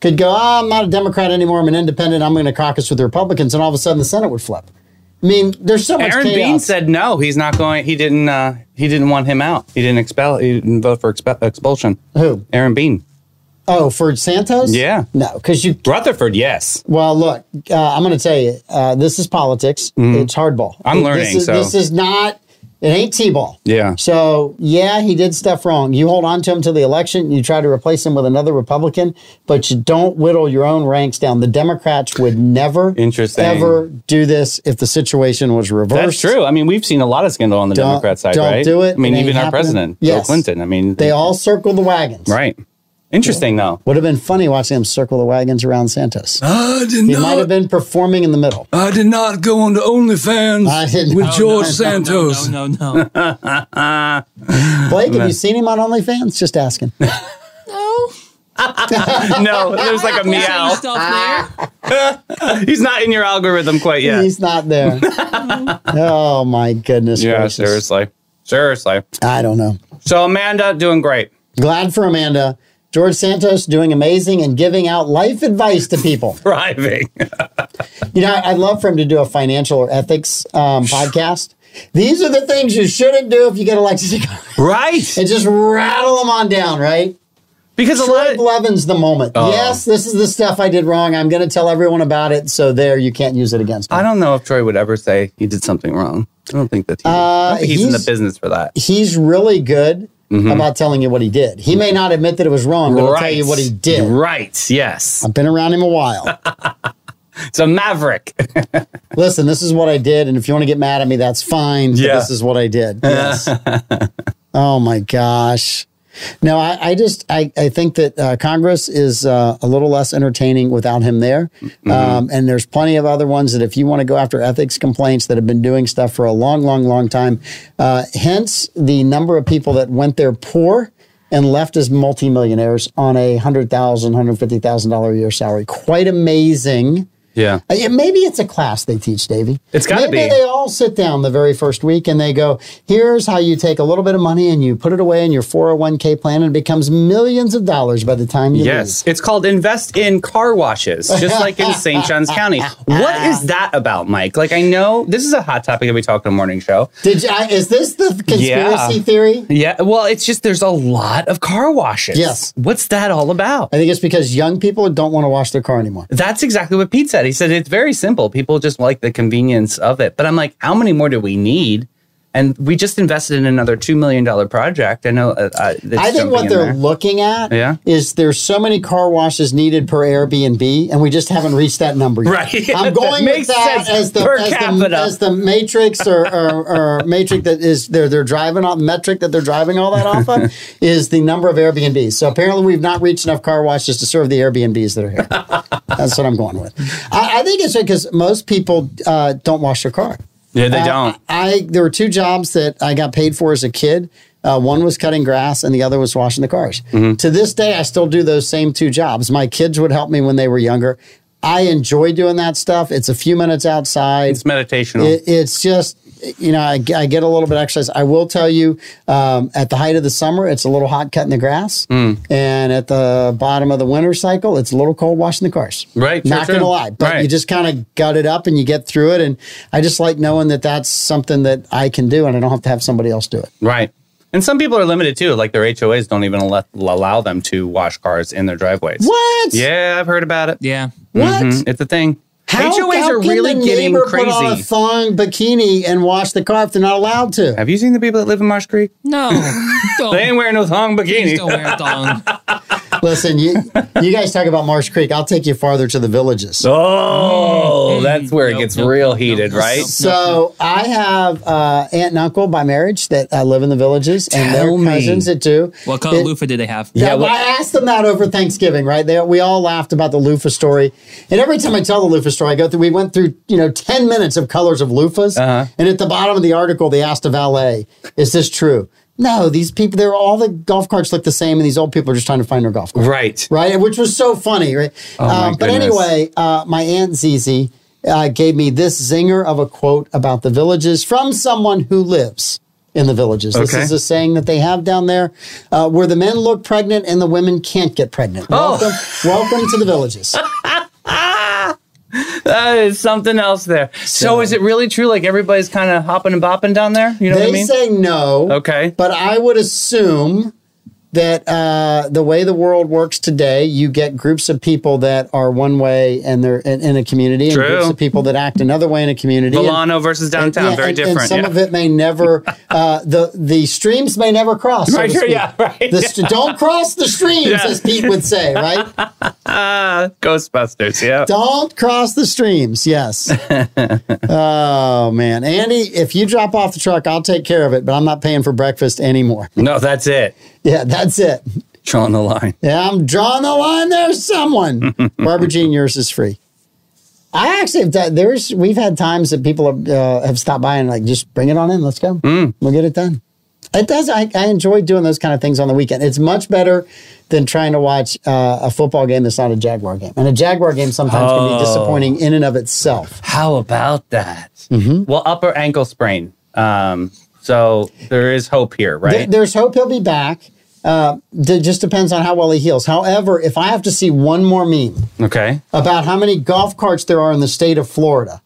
Speaker 1: could go, "Ah, I'm not a Democrat anymore. I'm an independent. I'm going to caucus with the Republicans. And all of a sudden the Senate would flip. I mean, there's so much
Speaker 3: Aaron
Speaker 1: chaos.
Speaker 3: Bean said no. He's not going. He didn't. Uh, he didn't want him out. He didn't expel. He didn't vote for expe- expulsion.
Speaker 1: Who?
Speaker 3: Aaron Bean.
Speaker 1: oh, for Santos?
Speaker 3: Yeah.
Speaker 1: No, because you,
Speaker 3: Rutherford. Yes.
Speaker 1: well, look, uh, I'm going to tell you, uh, this is politics. It's hardball.
Speaker 3: Mm-hmm. I'm learning,
Speaker 1: This is,
Speaker 3: so-
Speaker 1: this is not It ain't T-ball.
Speaker 3: Yeah.
Speaker 1: So yeah, he did stuff wrong. You hold on to him till the election. You try to replace him with another Republican, but you don't whittle your own ranks down. The Democrats would never,
Speaker 3: Interesting.
Speaker 1: ever do this if the situation was reversed.
Speaker 3: That's true. I mean, we've seen a lot of scandal on the
Speaker 1: Don't-
Speaker 3: Democrat side,
Speaker 1: don't
Speaker 3: right?
Speaker 1: do it.
Speaker 3: I mean,
Speaker 1: It ain't
Speaker 3: even our
Speaker 1: happening.
Speaker 3: president, Bill
Speaker 1: Yes.
Speaker 3: Clinton. I mean,
Speaker 1: They all circle the wagons.
Speaker 3: right. Interesting though.
Speaker 1: Would have been funny watching him circle the wagons around Santos.
Speaker 6: I did
Speaker 1: He might
Speaker 6: not.
Speaker 1: have been performing in the middle.
Speaker 6: I did not go on to
Speaker 1: I
Speaker 6: OnlyFans
Speaker 1: didn't-
Speaker 6: with
Speaker 1: Oh,
Speaker 6: George
Speaker 2: no,
Speaker 6: Santos.
Speaker 2: No, no, no. no.
Speaker 1: Blake, have you seen him on OnlyFans? Just asking.
Speaker 3: No, there's like a
Speaker 2: Saying
Speaker 3: meow.
Speaker 2: stuff there.
Speaker 3: He's not in your algorithm quite yet.
Speaker 1: He's not there. oh my goodness
Speaker 3: yeah,
Speaker 1: gracious.
Speaker 3: seriously, seriously.
Speaker 1: I don't know.
Speaker 3: So Amanda doing great.
Speaker 1: Glad for Amanda. George Santos doing amazing and giving out life advice to people.
Speaker 3: Thriving.
Speaker 1: You know, I'd love for him to do a financial or ethics um, podcast. These are the things you shouldn't do if you get elected to Congress.
Speaker 3: right.
Speaker 1: And just rattle them on down, right?
Speaker 3: Because a lot
Speaker 1: Troy
Speaker 3: of,
Speaker 1: Blevins the moment.
Speaker 3: Oh.
Speaker 1: Yes, this is the stuff I did wrong. I'm going to tell everyone about it. So there, you can't use it against me.
Speaker 3: I don't know if Troy would ever say he did something wrong. I don't think that he, I don't think he's, in
Speaker 1: Uh, he's-
Speaker 3: the business for that.
Speaker 1: He's really good
Speaker 3: Mm-hmm.
Speaker 1: about telling you what he did. He may not admit that it was wrong, but he'll tell you what he did.
Speaker 3: Right. Yes.
Speaker 1: I've been around him a while.
Speaker 3: It's a maverick.
Speaker 1: Listen, this is what I did, and if you want to get mad at me, that's fine. But
Speaker 3: Yeah.
Speaker 1: this is what I did. Yes. oh my gosh. No, I, I just I, I think that uh, Congress is uh, a little less entertaining without him there, um, and there's plenty of other ones that if you want to go after ethics complaints that have been doing stuff for a long, long, long time, uh, hence the number of people that went there poor and left as multimillionaires on a hundred thousand, hundred fifty thousand dollar a year salary. Quite amazing.
Speaker 3: Yeah.
Speaker 1: Uh, yeah, Maybe it's a class they teach, Davey.
Speaker 3: It's gotta
Speaker 1: Maybe
Speaker 3: be.
Speaker 1: they all sit down the very first week and they go, here's how you take a little bit of money and you put it away in your 401k plan and it becomes millions of dollars by the time you
Speaker 3: Yes.
Speaker 1: leave.
Speaker 3: It's called invest in car washes, just like in St. John's County. What is that about, Mike? Like, I know this is a hot topic that we talked on the morning show.
Speaker 1: Did you, I, is this the conspiracy
Speaker 3: Yeah.
Speaker 1: theory?
Speaker 3: Yeah. Well, it's just there's a lot of car washes.
Speaker 1: Yes.
Speaker 3: What's that all about?
Speaker 1: I think it's because young people don't want to wash their car anymore.
Speaker 3: That's exactly what Pete said. He said it's very simple. People just like the convenience of it. But I'm like, how many more do we need? And we just invested in another two million dollar project. I know. Uh, uh, that's
Speaker 1: I think
Speaker 3: jumping
Speaker 1: what
Speaker 3: in
Speaker 1: they're
Speaker 3: there.
Speaker 1: looking at
Speaker 3: Yeah.
Speaker 1: is there's so many car washes needed per Airbnb, and we just haven't reached that number yet.
Speaker 3: Right.
Speaker 1: I'm
Speaker 3: That
Speaker 1: going
Speaker 3: makes
Speaker 1: with that
Speaker 3: sense.
Speaker 1: as the,
Speaker 3: Per
Speaker 1: as, the,
Speaker 3: capita.
Speaker 1: as the matrix or, or, or matrix that is they're they're driving on metric that they're driving all that off of is the number of Airbnbs. So apparently we've not reached enough car washes to serve the Airbnbs that are here. That's what I'm going with. I, I think it's because most people uh, don't wash their car.
Speaker 3: yeah, they
Speaker 1: Uh,
Speaker 3: don't.
Speaker 1: I there were two jobs that I got paid for as a kid. Uh, one was cutting grass, and the other was washing the cars.
Speaker 3: Mm-hmm.
Speaker 1: To this day, I still do those same two jobs. My kids would help me when they were younger. I enjoy doing that stuff. It's a few minutes outside.
Speaker 3: It's meditational.
Speaker 1: It, it's just, you know, I, g- I get a little bit of exercise. I will tell you, um, at the height of the summer, it's a little hot cutting the grass.
Speaker 3: Mm.
Speaker 1: And at the bottom of the winter cycle, it's a little cold washing the cars.
Speaker 3: Right, sure,
Speaker 1: Not going to
Speaker 3: sure.
Speaker 1: lie. But
Speaker 3: Right.
Speaker 1: you just kind of gut it up and you get through it. And I just like knowing that that's something that I can do and I don't have to have somebody else do it.
Speaker 3: Right. And some people are limited too. Like their HOAs don't even let, allow them to wash cars in their driveways.
Speaker 1: What?
Speaker 3: Yeah, I've heard about it.
Speaker 2: Yeah.
Speaker 1: What?
Speaker 3: Mhm. It's a thing.
Speaker 1: How,
Speaker 3: HOAs
Speaker 1: how
Speaker 3: are
Speaker 1: can
Speaker 3: really
Speaker 1: the
Speaker 3: getting
Speaker 1: neighbor
Speaker 3: crazy.
Speaker 1: Put on a thong bikini and wash the car if they're not allowed to.
Speaker 3: Have you seen the people that live in Marsh Creek?
Speaker 2: No. Don't.
Speaker 3: They ain't wearing no thong
Speaker 2: Please don't
Speaker 3: bikini.
Speaker 2: wear a thong.
Speaker 1: Listen, you, you guys talk about Marsh Creek. I'll take you farther to the villages. Mm.
Speaker 3: Oh, that's where it
Speaker 2: Nope,
Speaker 3: gets
Speaker 2: nope,
Speaker 3: real
Speaker 2: nope,
Speaker 3: heated,
Speaker 2: nope,
Speaker 3: right?
Speaker 2: nope.
Speaker 1: So I have uh, aunt and uncle by marriage that uh, live in the villages, and their
Speaker 3: Tell me.
Speaker 1: cousins that do.
Speaker 2: What color
Speaker 1: It-
Speaker 2: loofah did they have?
Speaker 1: Yeah,
Speaker 3: what-
Speaker 1: I asked them that over Thanksgiving, right? They, we all laughed about the loofah story, and every time I tell the loofah story, I go through. We went through, you know, ten minutes of colors of loofahs,
Speaker 3: Uh-huh.
Speaker 1: and at the bottom of the article, they asked a valet, "Is this true?" No, these people, they're all the golf carts look the same, and these old people are just trying to find their golf cart
Speaker 3: Right.
Speaker 1: right? Which was so funny, right?
Speaker 3: Oh my
Speaker 1: Um, but
Speaker 3: goodness.
Speaker 1: anyway, uh, my aunt Zizi uh, gave me this zinger of a quote about the villages from someone who lives in the villages. This
Speaker 3: Okay.
Speaker 1: is a saying that they have down there, uh, where the men look pregnant and the women can't get pregnant.
Speaker 3: Oh.
Speaker 1: Welcome, welcome to the villages.
Speaker 3: That is Uh, something else there. So, is it really true? Like everybody's kind of hopping and bopping down there? You know
Speaker 1: They
Speaker 3: what I mean?
Speaker 1: say no.
Speaker 3: Okay.
Speaker 1: But I would assume that uh, the way the world works today, you get groups of people that are one way and they're in, in a community,
Speaker 3: True.
Speaker 1: and groups of people that act another way in a community. And-
Speaker 3: Milano versus downtown,
Speaker 1: yeah,
Speaker 3: very
Speaker 1: and,
Speaker 3: different.
Speaker 1: And some
Speaker 3: yeah.
Speaker 1: of it may never uh, the the streams may never cross. so
Speaker 3: Right,
Speaker 1: to
Speaker 3: sure,
Speaker 1: speak.
Speaker 3: yeah, right.
Speaker 1: The st- don't cross the streams, as Pete would say. Right?
Speaker 3: Ghostbusters, yeah.
Speaker 1: Don't cross the streams. Yes. oh man, Andy, if you drop off the truck, I'll take care of it, but I'm not paying for breakfast anymore.
Speaker 3: No, that's it.
Speaker 1: Yeah, that's it.
Speaker 3: Drawing the line.
Speaker 1: Yeah, I'm drawing the line there. Someone, Barbara Jean, yours is free. I actually have done. There's we've had times that people have, uh, have stopped by and like just bring it on in. Let's go. We'll get it done. It does. I, I enjoy doing those kind of things on the weekend. It's much better than trying to watch uh, a football game that's not a Jaguar game. And a Jaguar game sometimes can be disappointing in and of itself.
Speaker 3: How about that? Well, upper ankle sprain. Um, so there is hope
Speaker 1: There-
Speaker 3: here, right?
Speaker 1: there's hope he'll be back. Uh, it just depends on how well he heals. However, if I have to see one more meme
Speaker 3: okay.
Speaker 1: about how many golf carts there are in the state of Florida.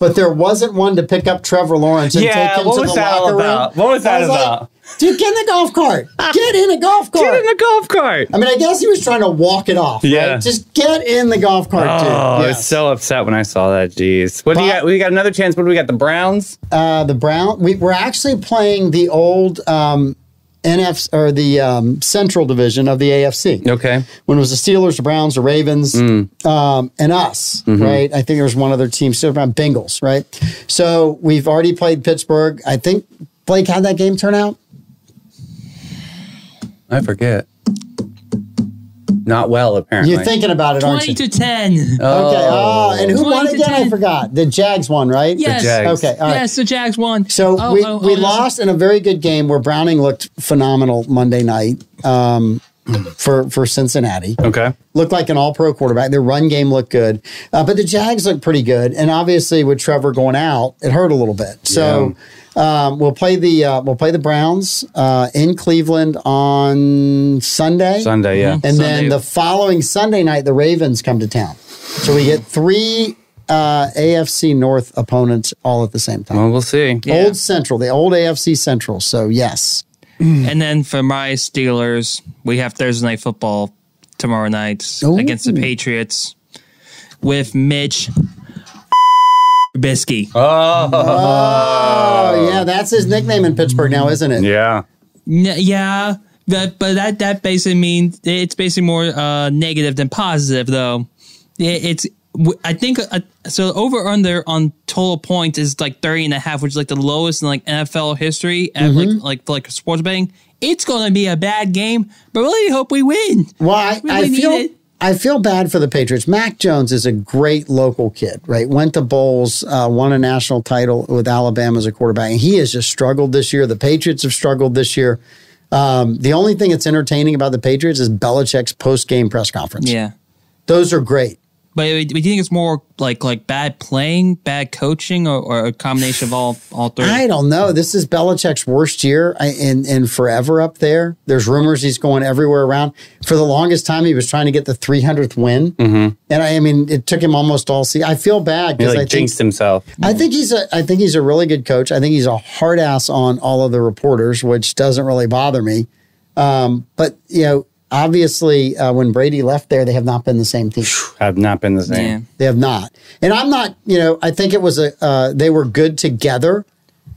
Speaker 1: But there wasn't one to pick up Trevor Lawrence and
Speaker 3: Yeah,
Speaker 1: take him
Speaker 3: what
Speaker 1: to
Speaker 3: was
Speaker 1: the
Speaker 3: that all
Speaker 1: locker room.
Speaker 3: about? What was
Speaker 1: I
Speaker 3: that
Speaker 1: like,
Speaker 3: about?
Speaker 1: Dude, get in the golf cart. Get in a golf cart.
Speaker 3: Get in the golf cart.
Speaker 1: I mean, I guess he was trying to walk it off.
Speaker 3: Yeah.
Speaker 1: Right? Just get in the golf cart, dude.
Speaker 3: Oh, I was
Speaker 1: Yes.
Speaker 3: so upset when I saw that. Jeez. What do you
Speaker 1: Bob-
Speaker 3: got? We got another chance. What do we got? The Browns?
Speaker 1: uh, the Brown. We, we're actually playing the old um, NF or the um, Central Division of the AFC.
Speaker 3: Okay.
Speaker 1: when it was the Steelers, the Browns, the Ravens, um, and us, right? I think there was one other team, still around Bengals, right? So we've already played Pittsburgh. I think Blake had that game turn out.
Speaker 3: I forget. Not well, apparently.
Speaker 1: You're thinking about it, aren't you?
Speaker 2: Twenty to ten.
Speaker 1: okay.
Speaker 3: uh,
Speaker 1: Oh, and who won
Speaker 2: 20 to
Speaker 1: again? I
Speaker 2: 10.
Speaker 1: forgot. The Jags won, right?
Speaker 2: Yes.
Speaker 3: Jags.
Speaker 1: Okay. All right.
Speaker 2: Yes, the Jags won.
Speaker 1: So
Speaker 2: Oh,
Speaker 1: we,
Speaker 2: oh, oh,
Speaker 1: we
Speaker 2: yes.
Speaker 1: lost in a very good game where Browning looked phenomenal Monday night um, for for Cincinnati.
Speaker 3: Okay.
Speaker 1: looked like an all pro quarterback. Their run game looked good, uh, but the Jags looked pretty good. And obviously, with Trevor going out, it hurt a little bit. So um, we'll play the uh, we'll play the Browns uh, in Cleveland on Sunday.
Speaker 3: Sunday, yeah.
Speaker 1: And
Speaker 2: Sunday.
Speaker 1: then the following Sunday night, the Ravens come to town. So we get three uh, AFC North opponents all at the same time.
Speaker 3: Well, we'll see.
Speaker 2: Oh, Yeah.
Speaker 1: Old Central, the old AFC Central. So yes,
Speaker 2: And then for my Steelers, we have Thursday night football tomorrow night
Speaker 1: Ooh.
Speaker 2: against the Patriots with Mitch Bisky. Uh,
Speaker 1: oh yeah, that's his nickname in Pittsburgh now, isn't it?
Speaker 3: Yeah.
Speaker 2: yeah, but, but that that basically means it's basically more uh, negative than positive, though. It, it's w- I think uh, so. Over under on total points is like 30 and a half, which is like the lowest in like NFL history at like like for like sports betting. It's going to be a bad game, but really hope we win.
Speaker 1: Well, I,
Speaker 2: We
Speaker 1: I
Speaker 2: really
Speaker 1: feel
Speaker 2: need it.
Speaker 1: I feel bad for the Patriots. Mac Jones is a great local kid, right? Went to bowls, uh, won a national title with Alabama as a quarterback, and he has just struggled this year. The Patriots have struggled this year. Um, the only thing that's entertaining about the Patriots is Belichick's post game press conference.
Speaker 2: Yeah.
Speaker 1: Those are great.
Speaker 2: But do you think it's more like like bad playing, bad coaching, or, or a combination of all all three?
Speaker 1: I don't know. This is Belichick's worst year I- in in forever up there. There's rumors he's going everywhere around. For the longest time, he was trying to get the 300th win, and I, I mean, it took him almost all season. I feel bad
Speaker 3: He
Speaker 1: because I
Speaker 3: like
Speaker 1: think
Speaker 3: jinxed himself.
Speaker 1: I think he's a I think he's a really good coach. I think he's a hard ass on all of the reporters, which doesn't really bother me. Um, but you know, obviously, uh, when Brady left there, they have not been the same team.
Speaker 3: Have not been the
Speaker 2: yeah.
Speaker 3: same.
Speaker 1: They have not. And I'm not. You know, I think it was a uh, they were good together.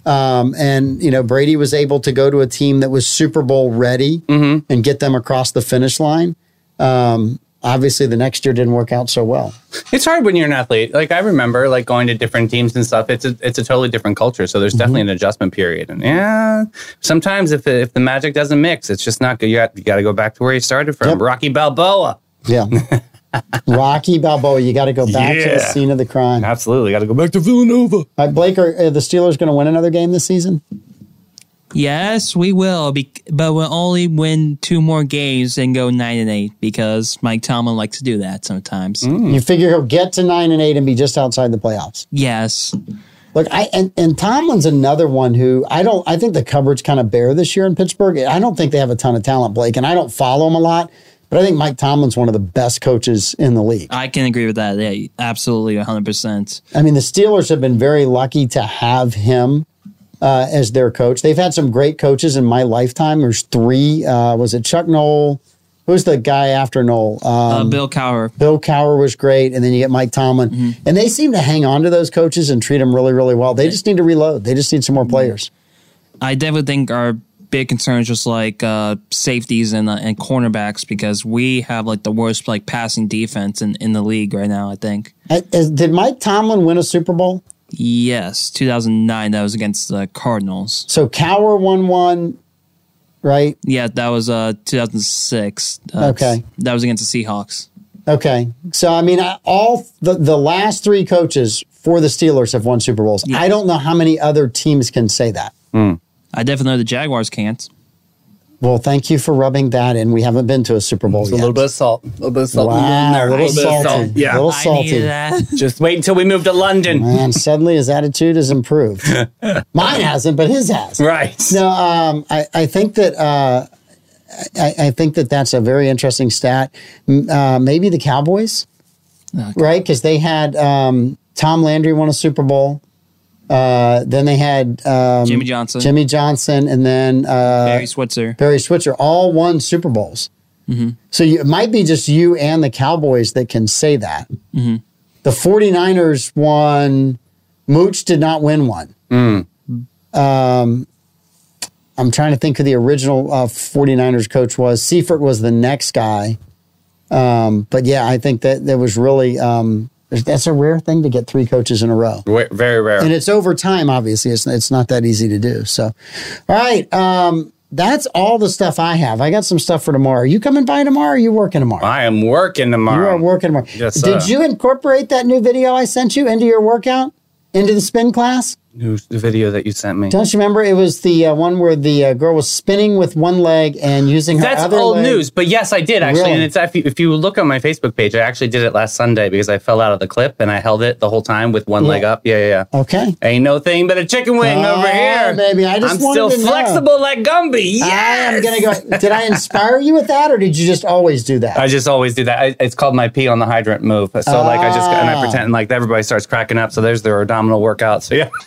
Speaker 1: Um, and you know, Brady was able to go to a team that was Super Bowl ready and get them across the finish line. Um, obviously, the next year didn't work out so well.
Speaker 3: It's hard when you're an athlete. Like I remember, like going to different teams and stuff. It's a, it's a totally different culture. So
Speaker 1: Mm-hmm.
Speaker 3: there's definitely an adjustment period. And yeah, sometimes if if the magic doesn't mix, it's just not good. You got you got to go back to where you started from.
Speaker 1: Yep.
Speaker 3: Rocky Balboa.
Speaker 1: Yeah. Rocky Balboa, you got to go back to the
Speaker 4: Yeah.
Speaker 1: scene of the crime. All
Speaker 3: Absolutely, got to go back to Villanova.
Speaker 1: right, Blake, are, are the Steelers going to win another game this season?
Speaker 2: Yes, we will. Be- but we'll only win two more games and go nine and eight because Mike Tomlin likes to do that sometimes.
Speaker 1: You figure he'll get to nine and eight and be just outside the playoffs.
Speaker 2: Yes,
Speaker 1: Look, I and, and Tomlin's another one who I don't. I think the cupboard's kind of bare this year in Pittsburgh. I don't think they have a ton of talent, Blake, and I don't follow him a lot. But I think Mike Tomlin's one of the best coaches in the league.
Speaker 2: I can agree with that. Yeah, absolutely, one hundred percent.
Speaker 1: I mean, the Steelers have been very lucky to have him uh, as their coach. They've had some great coaches in my lifetime. There's three. Uh, was it Chuck Knoll? Who's the guy after Knoll? Um,
Speaker 2: uh, Bill Cower.
Speaker 1: Bill Cower was great, and then you get Mike Tomlin,
Speaker 2: Mm-hmm.
Speaker 1: and they seem to hang on to those coaches and treat them really, really well. They just need to reload. They just need some more
Speaker 2: Mm-hmm.
Speaker 1: players.
Speaker 2: I definitely think our big concerns just like uh, safeties and uh, and cornerbacks because we have like the worst like passing defense in, in the league right now. I think
Speaker 1: Uh, uh, Did Mike Tomlin win a Super Bowl?
Speaker 2: yes, 2009 that was against the Cardinals.
Speaker 1: So Cower won one, right?
Speaker 2: Yeah, that was uh 2006. Uh,
Speaker 1: Okay.
Speaker 2: that was against the Seahawks.
Speaker 1: Okay. So I mean, I, all the the last three coaches for the Steelers have won Super Bowls. I don't know how many other teams can say that.
Speaker 2: I definitely know the Jaguars can't.
Speaker 1: Well, thank you for rubbing that in. We haven't been to a Super Bowl
Speaker 3: A
Speaker 1: yet.
Speaker 3: little bit of salt. A little bit of salt. Mm,
Speaker 1: Wow, a little
Speaker 3: bit of salt.
Speaker 1: salty.
Speaker 4: Yeah.
Speaker 1: A little
Speaker 2: I needed
Speaker 1: salty.
Speaker 2: that.
Speaker 3: Just wait until we move to London.
Speaker 1: And suddenly his attitude has improved. Mine hasn't, but his has.
Speaker 3: Right.
Speaker 1: No, um, I, I think that uh, I, I think that that's a very interesting stat. M- Uh, maybe the Cowboys, right? Because they had um, Tom Landry won a Super Bowl. Uh, then they had um,
Speaker 2: Jimmy Johnson.
Speaker 1: Jimmy Johnson, and then uh,
Speaker 2: Barry Switzer.
Speaker 1: Barry Switzer all won Super Bowls. So you, it might be just you and the Cowboys that can say that. The 49ers won. Mooch did not win one. Um, I'm trying to think who the original uh, 49ers coach was. Seifert was the next guy. Um, but yeah, I think that that was really um, that's a rare thing to get three coaches in a row
Speaker 3: Wa- Very rare.
Speaker 1: and it's over time obviously it's, it's not that easy to do so all right um that's all the stuff i have i got some stuff for tomorrow are you coming by tomorrow or are you working tomorrow
Speaker 3: I am working
Speaker 1: you
Speaker 3: tomorrow.
Speaker 1: are working tomorrow
Speaker 3: Um, Yes, sir.
Speaker 1: did you incorporate that new video i sent you into your workout into the spin class
Speaker 3: New the video that you sent me.
Speaker 1: don't you remember it was the uh, one where the uh, girl was spinning with one leg and using her
Speaker 3: That's
Speaker 1: other
Speaker 3: old
Speaker 1: leg
Speaker 3: news, but yes, I did actually.
Speaker 1: Really?
Speaker 3: And it's if you, if you look on my Facebook page, I actually did it last Sunday because I fell out of the clip and I held it the whole time with one leg up. Yeah, yeah, yeah.
Speaker 1: okay
Speaker 3: Ain't no thing but a chicken wing
Speaker 1: Oh,
Speaker 3: over here,
Speaker 1: baby, I just
Speaker 3: I'm
Speaker 1: wanted
Speaker 3: still
Speaker 1: to know.
Speaker 3: flexible like Gumby. Yes!
Speaker 1: I am gonna go. Did I inspire you with that, or did you just always do that?
Speaker 3: I just always do that. I, it's called my pee on the hydrant move. So like I just and I
Speaker 1: Ah.
Speaker 3: pretend like everybody starts cracking up. So there's their abdominal workout. So yeah,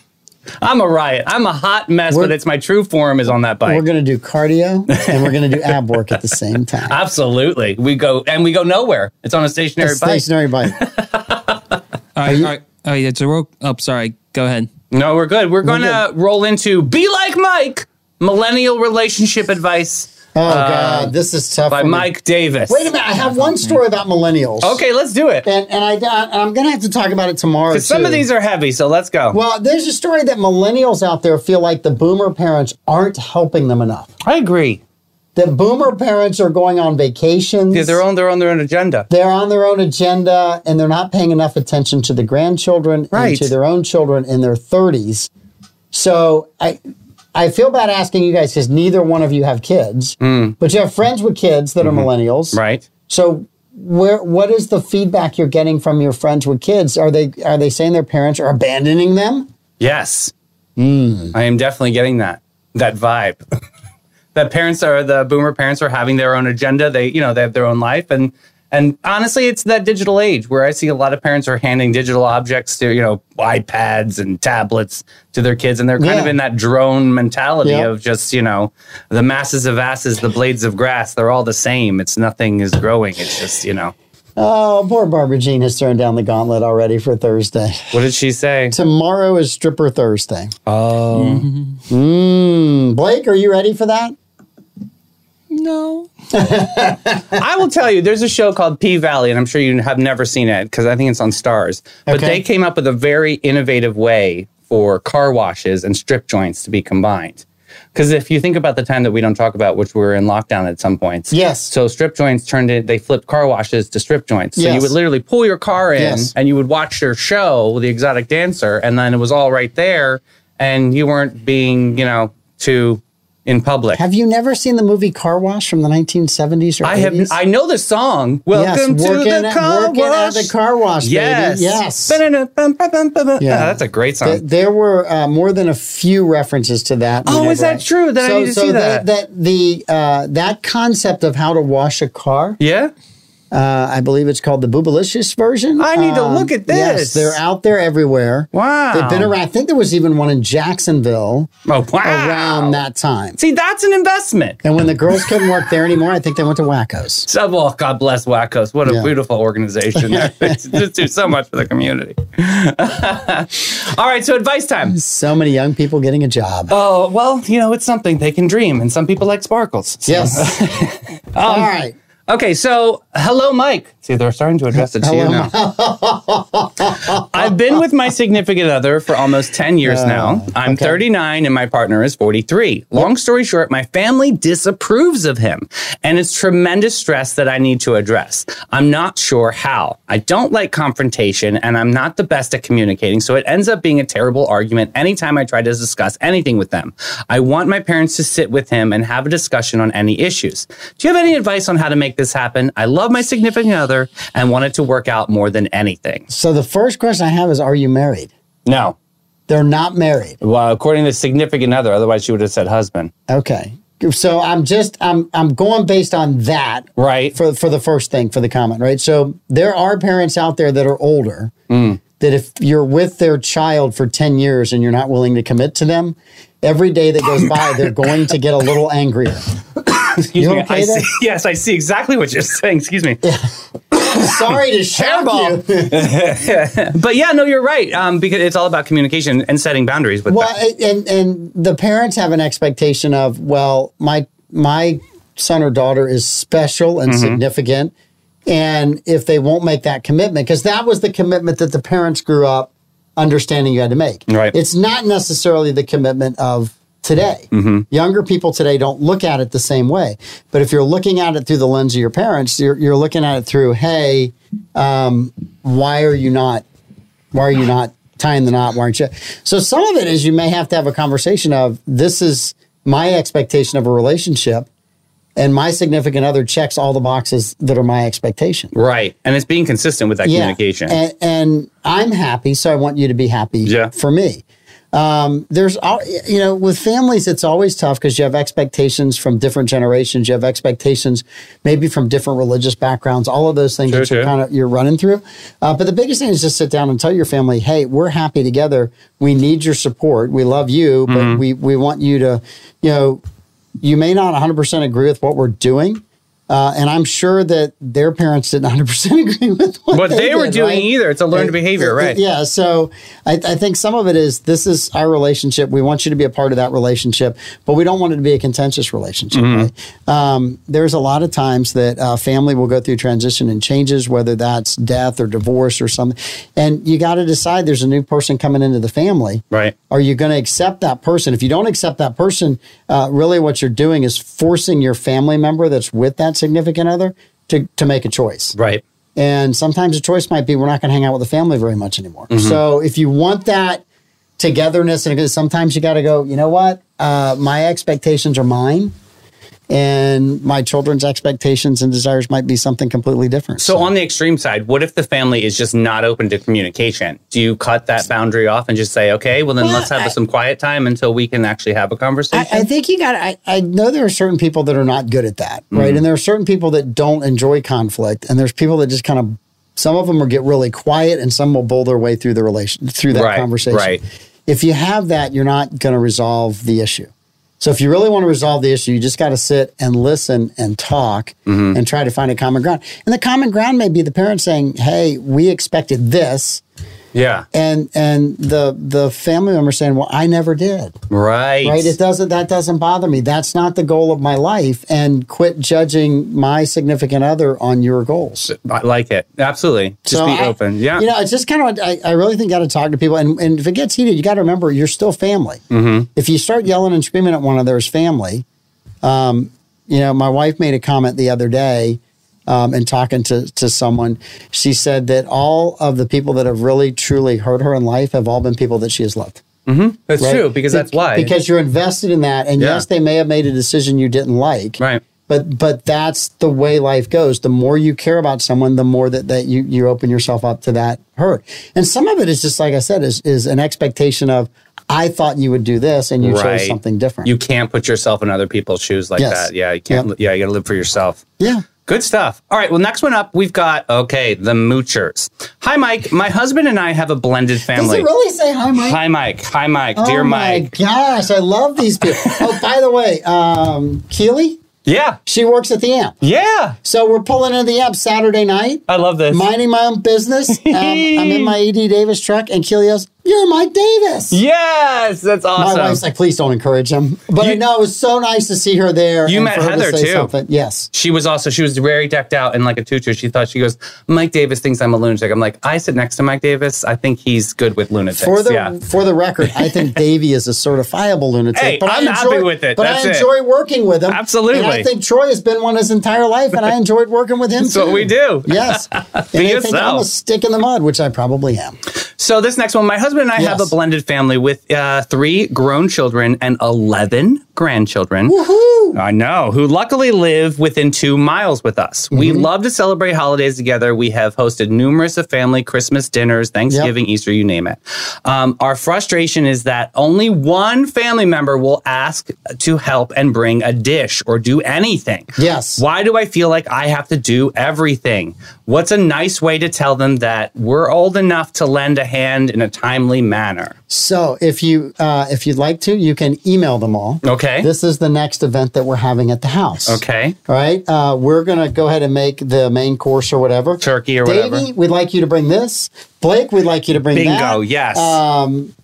Speaker 3: I'm a riot. I'm a hot mess,
Speaker 1: We're-
Speaker 3: but it's my true form is on that bike.
Speaker 1: we're gonna do cardio and we're gonna do ab work at the same time.
Speaker 3: Absolutely, we go and we go nowhere. It's on a
Speaker 1: A
Speaker 3: stationary bike.
Speaker 1: stationary bike.
Speaker 2: All right, all right, all right. It's a rope. Oh, sorry. Go ahead.
Speaker 3: No, we're good. We're gonna roll into be like Mike millennial relationship advice
Speaker 1: Oh god, this is tough.
Speaker 3: Uh, by
Speaker 1: for me.
Speaker 3: Mike Davis.
Speaker 1: Wait a minute, I have one story about millennials.
Speaker 3: Okay, let's do it.
Speaker 1: and and I, I am gonna have to talk about it tomorrow.
Speaker 3: Some of
Speaker 1: too.
Speaker 3: these are heavy, so let's go.
Speaker 1: Well, there's a story that millennials out there feel like the boomer parents aren't helping them enough.
Speaker 3: I agree.
Speaker 1: That boomer parents are going on vacations.
Speaker 3: Yeah, they're on their own their own agenda.
Speaker 1: they're on their own agenda and they're not paying enough attention to the grandchildren and
Speaker 3: Right.
Speaker 1: to their own children in their 30s. So I I feel bad asking you guys because neither one of you have kids, but you have friends with kids that are millennials.
Speaker 3: Hmm. Mm-hmm. Right.
Speaker 1: So where what is the feedback you're getting from your friends with kids? Are they are they saying their parents are abandoning them?
Speaker 3: Yes. I am definitely getting that that vibe. that parents are the boomer parents are having their own agenda. They you know they have their own life and and honestly, it's that digital age where I see a lot of parents are handing digital objects to you know iPads and tablets to their kids, and they're kind of
Speaker 1: Yeah.
Speaker 3: in that drone mentality
Speaker 1: Yeah.
Speaker 3: of just you know the masses of asses, the blades of grass. They're all the same. It's nothing is growing. It's just you know
Speaker 1: Oh, poor Barbara Jean has thrown down the gauntlet already for Thursday.
Speaker 3: what did she say?
Speaker 1: Tomorrow is Stripper Thursday.
Speaker 3: Oh,
Speaker 1: Mm, Blake, are you ready for that?
Speaker 2: No.
Speaker 3: I will tell you, there's a show called P Valley, and I'm sure you have never seen it because I think it's on Stars. But
Speaker 1: Okay.
Speaker 3: they came up with a very innovative way for car washes and strip joints to be combined. Because if you think about the time that we don't talk about, which we were in lockdown at some points.
Speaker 1: Yes.
Speaker 3: So strip joints turned in, they flipped car washes to strip joints. So you
Speaker 1: Yes.
Speaker 3: would literally pull your car in
Speaker 1: Yes.
Speaker 3: and you would watch their show, The Exotic Dancer, and then it was all right there. And you weren't being, you know, too in public.
Speaker 1: Have you never seen the movie Car Wash from the 1970s or
Speaker 3: I
Speaker 1: 80s?
Speaker 3: have. I know the song.
Speaker 1: Yes,
Speaker 3: Welcome to
Speaker 1: working
Speaker 3: the
Speaker 1: at-
Speaker 3: car
Speaker 1: working at
Speaker 3: wash.
Speaker 1: the car wash, baby.
Speaker 3: Yes.
Speaker 1: Yes.
Speaker 3: Ba-da-da-bum-ba-bum-ba-bum.
Speaker 1: Yeah.
Speaker 3: Ah, that's a great
Speaker 1: Th-
Speaker 3: song.
Speaker 1: There were uh, more than a few references to that.
Speaker 3: Oh, is that true? Then I
Speaker 1: so,
Speaker 3: need to
Speaker 1: so
Speaker 3: see
Speaker 1: that.
Speaker 3: that.
Speaker 1: that the uh, that concept of how to wash a car
Speaker 3: Yeah.
Speaker 1: Uh, I believe it's called the Boobalicious version. Um,
Speaker 3: I need to look at
Speaker 1: Yes,
Speaker 3: this.
Speaker 1: they're out there everywhere.
Speaker 3: Wow.
Speaker 1: They've been around. I think there was even one in Jacksonville
Speaker 3: Oh, wow.
Speaker 1: around that time.
Speaker 3: See, that's an investment.
Speaker 1: And when the girls couldn't work there anymore, I think they went to Wacko's.
Speaker 3: So, well, oh, God bless Wackos. What a
Speaker 1: Yeah.
Speaker 3: beautiful organization. They just do so much for the community. All right, so advice time.
Speaker 1: So many young people getting a job.
Speaker 3: Oh, well, you know, it's something they can dream, and some people like sparkles. So-
Speaker 1: yes.
Speaker 3: Um,
Speaker 1: All right.
Speaker 3: Okay, so hello, Mike. See, they're starting to address it to you now. I've been with my significant other for almost 10 years now. I'm 39 and my partner is 43. Long story short, my family disapproves of him, and it's tremendous stress that I need to address. I'm not sure how. I don't like confrontation, and I'm not the best at communicating, so it ends up being a terrible argument anytime I try to discuss anything with them. I want my parents to sit with him and have a discussion on any issues. Do you have any advice on how to make this happen? I love my significant other and want it to work out more than anything.
Speaker 1: So the first question I have is Are you married?
Speaker 3: No.
Speaker 1: They're not married.
Speaker 3: Well, according to significant other, otherwise she would have said husband.
Speaker 1: Okay. So I'm just I'm I'm going based on that
Speaker 3: Right.
Speaker 1: for for the first thing for the comment, right? So there are parents out there that are older that if you're with their child for 10 years and you're not willing to commit to them, every day that goes by they're going to get a little angrier.
Speaker 3: Excuse
Speaker 1: You
Speaker 3: me.
Speaker 1: okay
Speaker 3: I
Speaker 1: there?
Speaker 3: see, yes, I see exactly what you're saying. Excuse me.
Speaker 1: Sorry to shock you.
Speaker 3: But yeah, no, you're right. Um, because it's all about communication and setting boundaries with
Speaker 1: Well,
Speaker 3: that.
Speaker 1: and- and and the parents have an expectation of, well, my my son or daughter is special and significant, and if they won't make that commitment, because that was the commitment that the parents grew up understanding you had to make.
Speaker 3: Right.
Speaker 1: It's not necessarily the commitment of today. Younger people today don't look at it the same way. But if you're looking at it through the lens of your parents, you're you're looking at it through, hey, um, why are you not why are you not tying the knot? Why aren't you? So some of it is you may have to have a conversation of this is my expectation of a relationship, and my significant other checks all the boxes that are my expectation.
Speaker 3: Right. And it's being consistent with that communication.
Speaker 1: And, and I'm happy, so I want you to be happy
Speaker 3: Yeah.
Speaker 1: for me. Um, there's, al- you know, with families, it's always tough because you have expectations from different generations. You have expectations maybe from different religious backgrounds, all of those things
Speaker 3: Sure,
Speaker 1: that you're
Speaker 3: sure.
Speaker 1: kind of, you're running through. Uh, but the biggest thing is just sit down and tell your family, Hey, we're happy together. We need your support. We love you, but
Speaker 3: Mm-hmm.
Speaker 1: we, we want you to, you know, you may not 100% agree with what we're doing. Uh, and I'm sure that their parents didn't 100% agree with what
Speaker 3: what they, were
Speaker 1: did,
Speaker 3: doing
Speaker 1: right?
Speaker 3: either. It's a learned behavior,
Speaker 1: Uh,
Speaker 3: right?
Speaker 1: Yeah. So I, I think some of it is this is our relationship. We want you to be a part of that relationship, but we don't want it to be a contentious relationship.
Speaker 3: Mm-hmm.
Speaker 1: Right? Um, there's a lot of times that uh, family will go through transition and changes, whether that's death or divorce or something. And you got to decide there's a new person coming into the family.
Speaker 3: Right.
Speaker 1: Are you going to accept that person? If you don't accept that person, uh, really what you're doing is forcing your family member that's with that significant other to, to make a choice.
Speaker 3: Right.
Speaker 1: And sometimes the choice might be we're not going to hang out with the family very much anymore. So if you want that togetherness, and sometimes you got to go, you know what? Uh, my expectations are mine, and my children's expectations and desires might be something completely different.
Speaker 3: So on the extreme side, what if the family is just not open to communication? Do you cut that boundary off and just say, okay, well then
Speaker 1: Well,
Speaker 3: let's have
Speaker 1: I-
Speaker 3: some quiet time until we can actually have a conversation?
Speaker 1: I, I think you got. I, I know there are certain people that are not good at that,
Speaker 3: Mm-hmm.
Speaker 1: right? And there are certain people that don't enjoy conflict, and there's people that just kind of. Some of them will get really quiet, and some will bull their way through the relation through that
Speaker 3: Right,
Speaker 1: conversation.
Speaker 3: right.
Speaker 1: If you have that, you're not going to resolve the issue. So if you really want to resolve the issue, you just got to sit and listen and talk
Speaker 3: Mm-hmm.
Speaker 1: and try to find a common ground. And the common ground may be the parent saying, "Hey, we expected this,"
Speaker 3: yeah.
Speaker 1: and and the the family member saying, "Well, I never did."
Speaker 3: Right.
Speaker 1: right it doesn't that doesn't bother me that's not the goal of my life and quit judging my significant other on your goals
Speaker 3: I like it. Absolutely. Just
Speaker 1: So
Speaker 3: be
Speaker 1: I-
Speaker 3: open. Yeah.
Speaker 1: you know it's just kind of I, I really think got to talk to people and, and if it gets heated you got to remember you're still family
Speaker 3: Mm-hmm.
Speaker 1: if you start yelling and screaming at one another's family um, you know my wife made a comment the other day um, and talking to, to someone she said that all of the people that have really truly hurt her in life have all been people that she has loved
Speaker 3: that's
Speaker 1: right?
Speaker 3: true because that's
Speaker 1: Be-
Speaker 3: why.
Speaker 1: Because you're invested in that, and
Speaker 3: Yeah.
Speaker 1: yes, they may have made a decision you didn't like.
Speaker 3: Right.
Speaker 1: But but that's the way life goes. The more you care about someone, the more that, that you you open yourself up to that hurt. And some of it is just like I said, is is an expectation of I thought you would do this, and you chose
Speaker 3: Right.
Speaker 1: something different.
Speaker 3: you can't put yourself in other people's shoes like
Speaker 1: Yes.
Speaker 3: that. Yeah. You can't.
Speaker 1: Yep.
Speaker 3: Yeah. You got to live for yourself.
Speaker 1: yeah.
Speaker 3: Good stuff. All right. Well, next one up, we've got, okay, the Moochers. Hi, Mike. My husband and I have a blended
Speaker 1: Does
Speaker 3: family.
Speaker 1: it really say hi, Mike?
Speaker 3: Hi, Mike. Hi, Mike.
Speaker 1: oh
Speaker 3: Dear
Speaker 1: my
Speaker 3: Mike.
Speaker 1: gosh, I love these people. oh, by the way, um, Keely,
Speaker 3: Yeah.
Speaker 1: she works at the Amp.
Speaker 3: Yeah.
Speaker 1: So we're pulling into the Amp Saturday night,
Speaker 3: I love this.
Speaker 1: minding my own business. Um, I'm in my ED Davis truck, and Keely goes, "You're Mike Davis."
Speaker 3: yes. That's
Speaker 1: My
Speaker 3: awesome.
Speaker 1: wife's like, please don't encourage him. But I
Speaker 3: You-
Speaker 1: know it was so nice to see her there.
Speaker 3: You
Speaker 1: and
Speaker 3: met
Speaker 1: for her to
Speaker 3: Heather,
Speaker 1: say
Speaker 3: too.
Speaker 1: Something. Yes.
Speaker 3: she was also, she was very decked out in like a tutu. She thought, she goes, Mike Davis thinks I'm a lunatic. I'm like, I sit next to Mike Davis. I think he's good with lunatics.
Speaker 1: For the
Speaker 3: yeah.
Speaker 1: for the record, I think Davey is a certifiable lunatic.
Speaker 3: Hey,
Speaker 1: I
Speaker 3: I'm happy with it.
Speaker 1: But
Speaker 3: That's
Speaker 1: I
Speaker 3: it.
Speaker 1: enjoy working with him.
Speaker 3: Absolutely.
Speaker 1: And I think Troy has been one his entire life, and I enjoyed working with him.
Speaker 3: That's what
Speaker 1: too.
Speaker 3: we do.
Speaker 1: Yes. And they think I'm
Speaker 3: yourself.
Speaker 1: a stick in the mud, which I probably am.
Speaker 3: So this next one, my husband and I have a
Speaker 1: Yes.
Speaker 3: blended family with uh, three grown children and eleven grandchildren.
Speaker 1: Woohoo!
Speaker 3: I know, who luckily live within two miles with us. We
Speaker 1: Mm-hmm.
Speaker 3: love to celebrate holidays together. We have hosted numerous of family Christmas dinners, Thanksgiving, Easter, you name it. Um, our frustration is that only one family member will ask to help and bring a dish or do anything.
Speaker 1: Yes.
Speaker 3: Why do I feel like I have to do everything? What's a nice way to tell them that we're old enough to lend a hand in a timely manner?
Speaker 1: So if you uh, if you'd like to, you can email them all.
Speaker 3: Okay.
Speaker 1: This is the next event that we're having at the house.
Speaker 3: Okay.
Speaker 1: All right. Uh, we're going to go ahead and make the main course or whatever.
Speaker 3: Turkey or
Speaker 1: Davey,
Speaker 3: whatever.
Speaker 1: we'd like you to bring this. Blake, we'd like you to bring that.
Speaker 3: Bingo. Yes.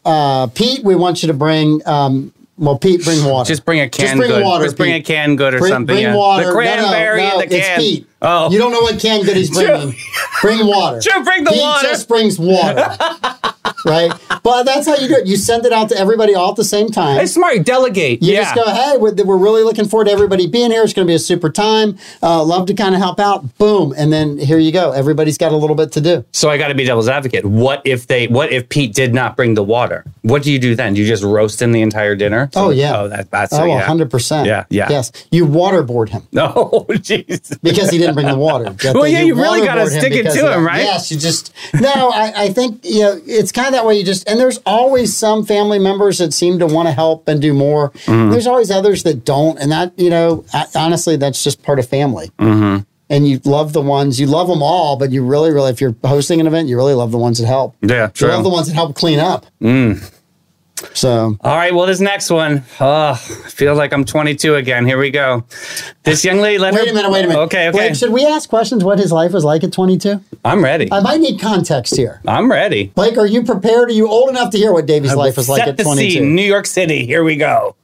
Speaker 1: Uh, Pete, we want you to bring, um, well, Pete, bring water.
Speaker 3: Just bring a
Speaker 1: Just
Speaker 3: canned
Speaker 1: bring
Speaker 3: good.
Speaker 1: water.
Speaker 3: Just bring
Speaker 1: Pete.
Speaker 3: a canned good or
Speaker 1: Bring-
Speaker 3: something.
Speaker 1: Bring
Speaker 3: yeah.
Speaker 1: water.
Speaker 3: The
Speaker 1: No, no,
Speaker 3: cranberry
Speaker 1: no,
Speaker 3: and the can.
Speaker 1: It's Pete.
Speaker 3: Oh,
Speaker 1: You don't know what canned good he's bringing. bring water.
Speaker 3: Joe, bring the
Speaker 1: Pete
Speaker 3: water.
Speaker 1: just brings water. right? But that's how you do it. You send it out to everybody all at the same time.
Speaker 3: it's smart. Delegate.
Speaker 1: You
Speaker 3: yeah.
Speaker 1: just go, hey, we're, we're really looking forward to everybody being here. It's going to be a super time. Uh, love to kind of help out. Boom. And then here you go. Everybody's got a little bit to do.
Speaker 3: so I got to be devil's advocate. What if they? What if Pete did not bring the water? What do you do then? Do you just roast him the entire dinner?
Speaker 1: Oh, yeah.
Speaker 3: Oh, that, that's
Speaker 1: Oh,
Speaker 3: oh, yeah.
Speaker 1: 100%.
Speaker 3: Yeah, yeah.
Speaker 1: Yes. You waterboard him
Speaker 3: No, jeez.
Speaker 1: because he didn't bring the water.
Speaker 3: Well, yeah, you really gotta
Speaker 1: waterboard him
Speaker 3: stick it
Speaker 1: because
Speaker 3: to
Speaker 1: of
Speaker 3: him,
Speaker 1: that.
Speaker 3: right?
Speaker 1: Yes. You just, no, I, I think, you know, it's kind of that way. You just, and there's always some family members that seem to want to help and do more.
Speaker 3: Mm-hmm.
Speaker 1: There's always others that don't. And that, you know, I, honestly, that's just part of family.
Speaker 3: Mm-hmm.
Speaker 1: and you love the ones you love them all, but you really, really, if you're hosting an event, you really love the ones that help.
Speaker 3: Yeah,
Speaker 1: you
Speaker 3: true. Mm.
Speaker 1: love the ones that help clean up. So
Speaker 3: All right, well, this next one. Oh, I feel like I'm 22 again. Here we go. This young lady let her.
Speaker 1: wait a minute, wait a minute.
Speaker 3: Okay, okay.
Speaker 1: Blake, should we ask questions? What his life was like at 22?
Speaker 3: I'm ready.
Speaker 1: I might need context here.
Speaker 3: I'm ready.
Speaker 1: Blake, are you prepared? Are you old enough to hear what Davey's life was like
Speaker 3: Set
Speaker 1: at
Speaker 3: the scene,
Speaker 1: 22?
Speaker 3: New York City. Here we go.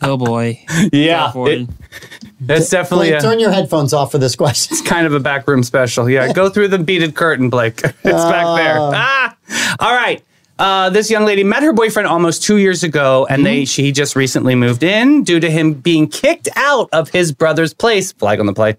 Speaker 2: Oh boy.
Speaker 3: Yeah,
Speaker 2: Go for it.
Speaker 3: it- that's definitely
Speaker 1: Blake,
Speaker 3: a,
Speaker 1: turn your headphones off for this question.
Speaker 3: kind of a backroom special. Yeah, go through the beaded curtain, Blake. It's back there. Ah! All right. Uh, this young lady met her boyfriend almost two years ago, and they she just recently moved in due to him being kicked out of his brother's place. Flag on the play.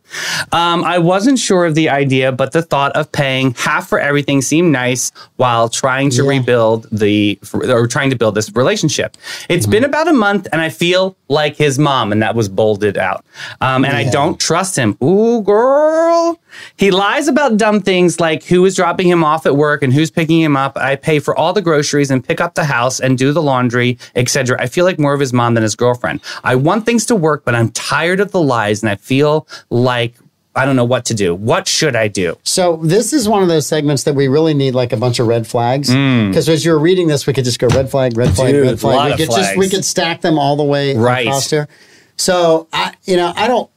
Speaker 3: Um, I wasn't sure of the idea, but the thought of paying half for everything seemed nice while trying to
Speaker 1: Yeah.
Speaker 3: rebuild the or trying to build this relationship. It's been
Speaker 1: Mm-hmm.
Speaker 3: about a month, and I feel like his mom, and that was bolded out. Um, and I
Speaker 1: Yeah.
Speaker 3: don't don't trust him. Ooh, girl. He lies about dumb things like who is dropping him off at work and who's picking him up. I pay for all the groceries and pick up the house and do the laundry, etc. I feel like more of his mom than his girlfriend. I want things to work, but I'm tired of the lies and I feel like I don't know what to do. What should I do?
Speaker 1: So this is one of those segments that we really need like a bunch of red flags because as you're reading this, we could just go red flag, red flag,
Speaker 3: Hmm. Dude,
Speaker 1: red flag.
Speaker 3: lot
Speaker 1: we
Speaker 3: of
Speaker 1: could just
Speaker 3: flags.
Speaker 1: we could stack them all the way
Speaker 3: Right.
Speaker 1: across here. So I, you know, I don't.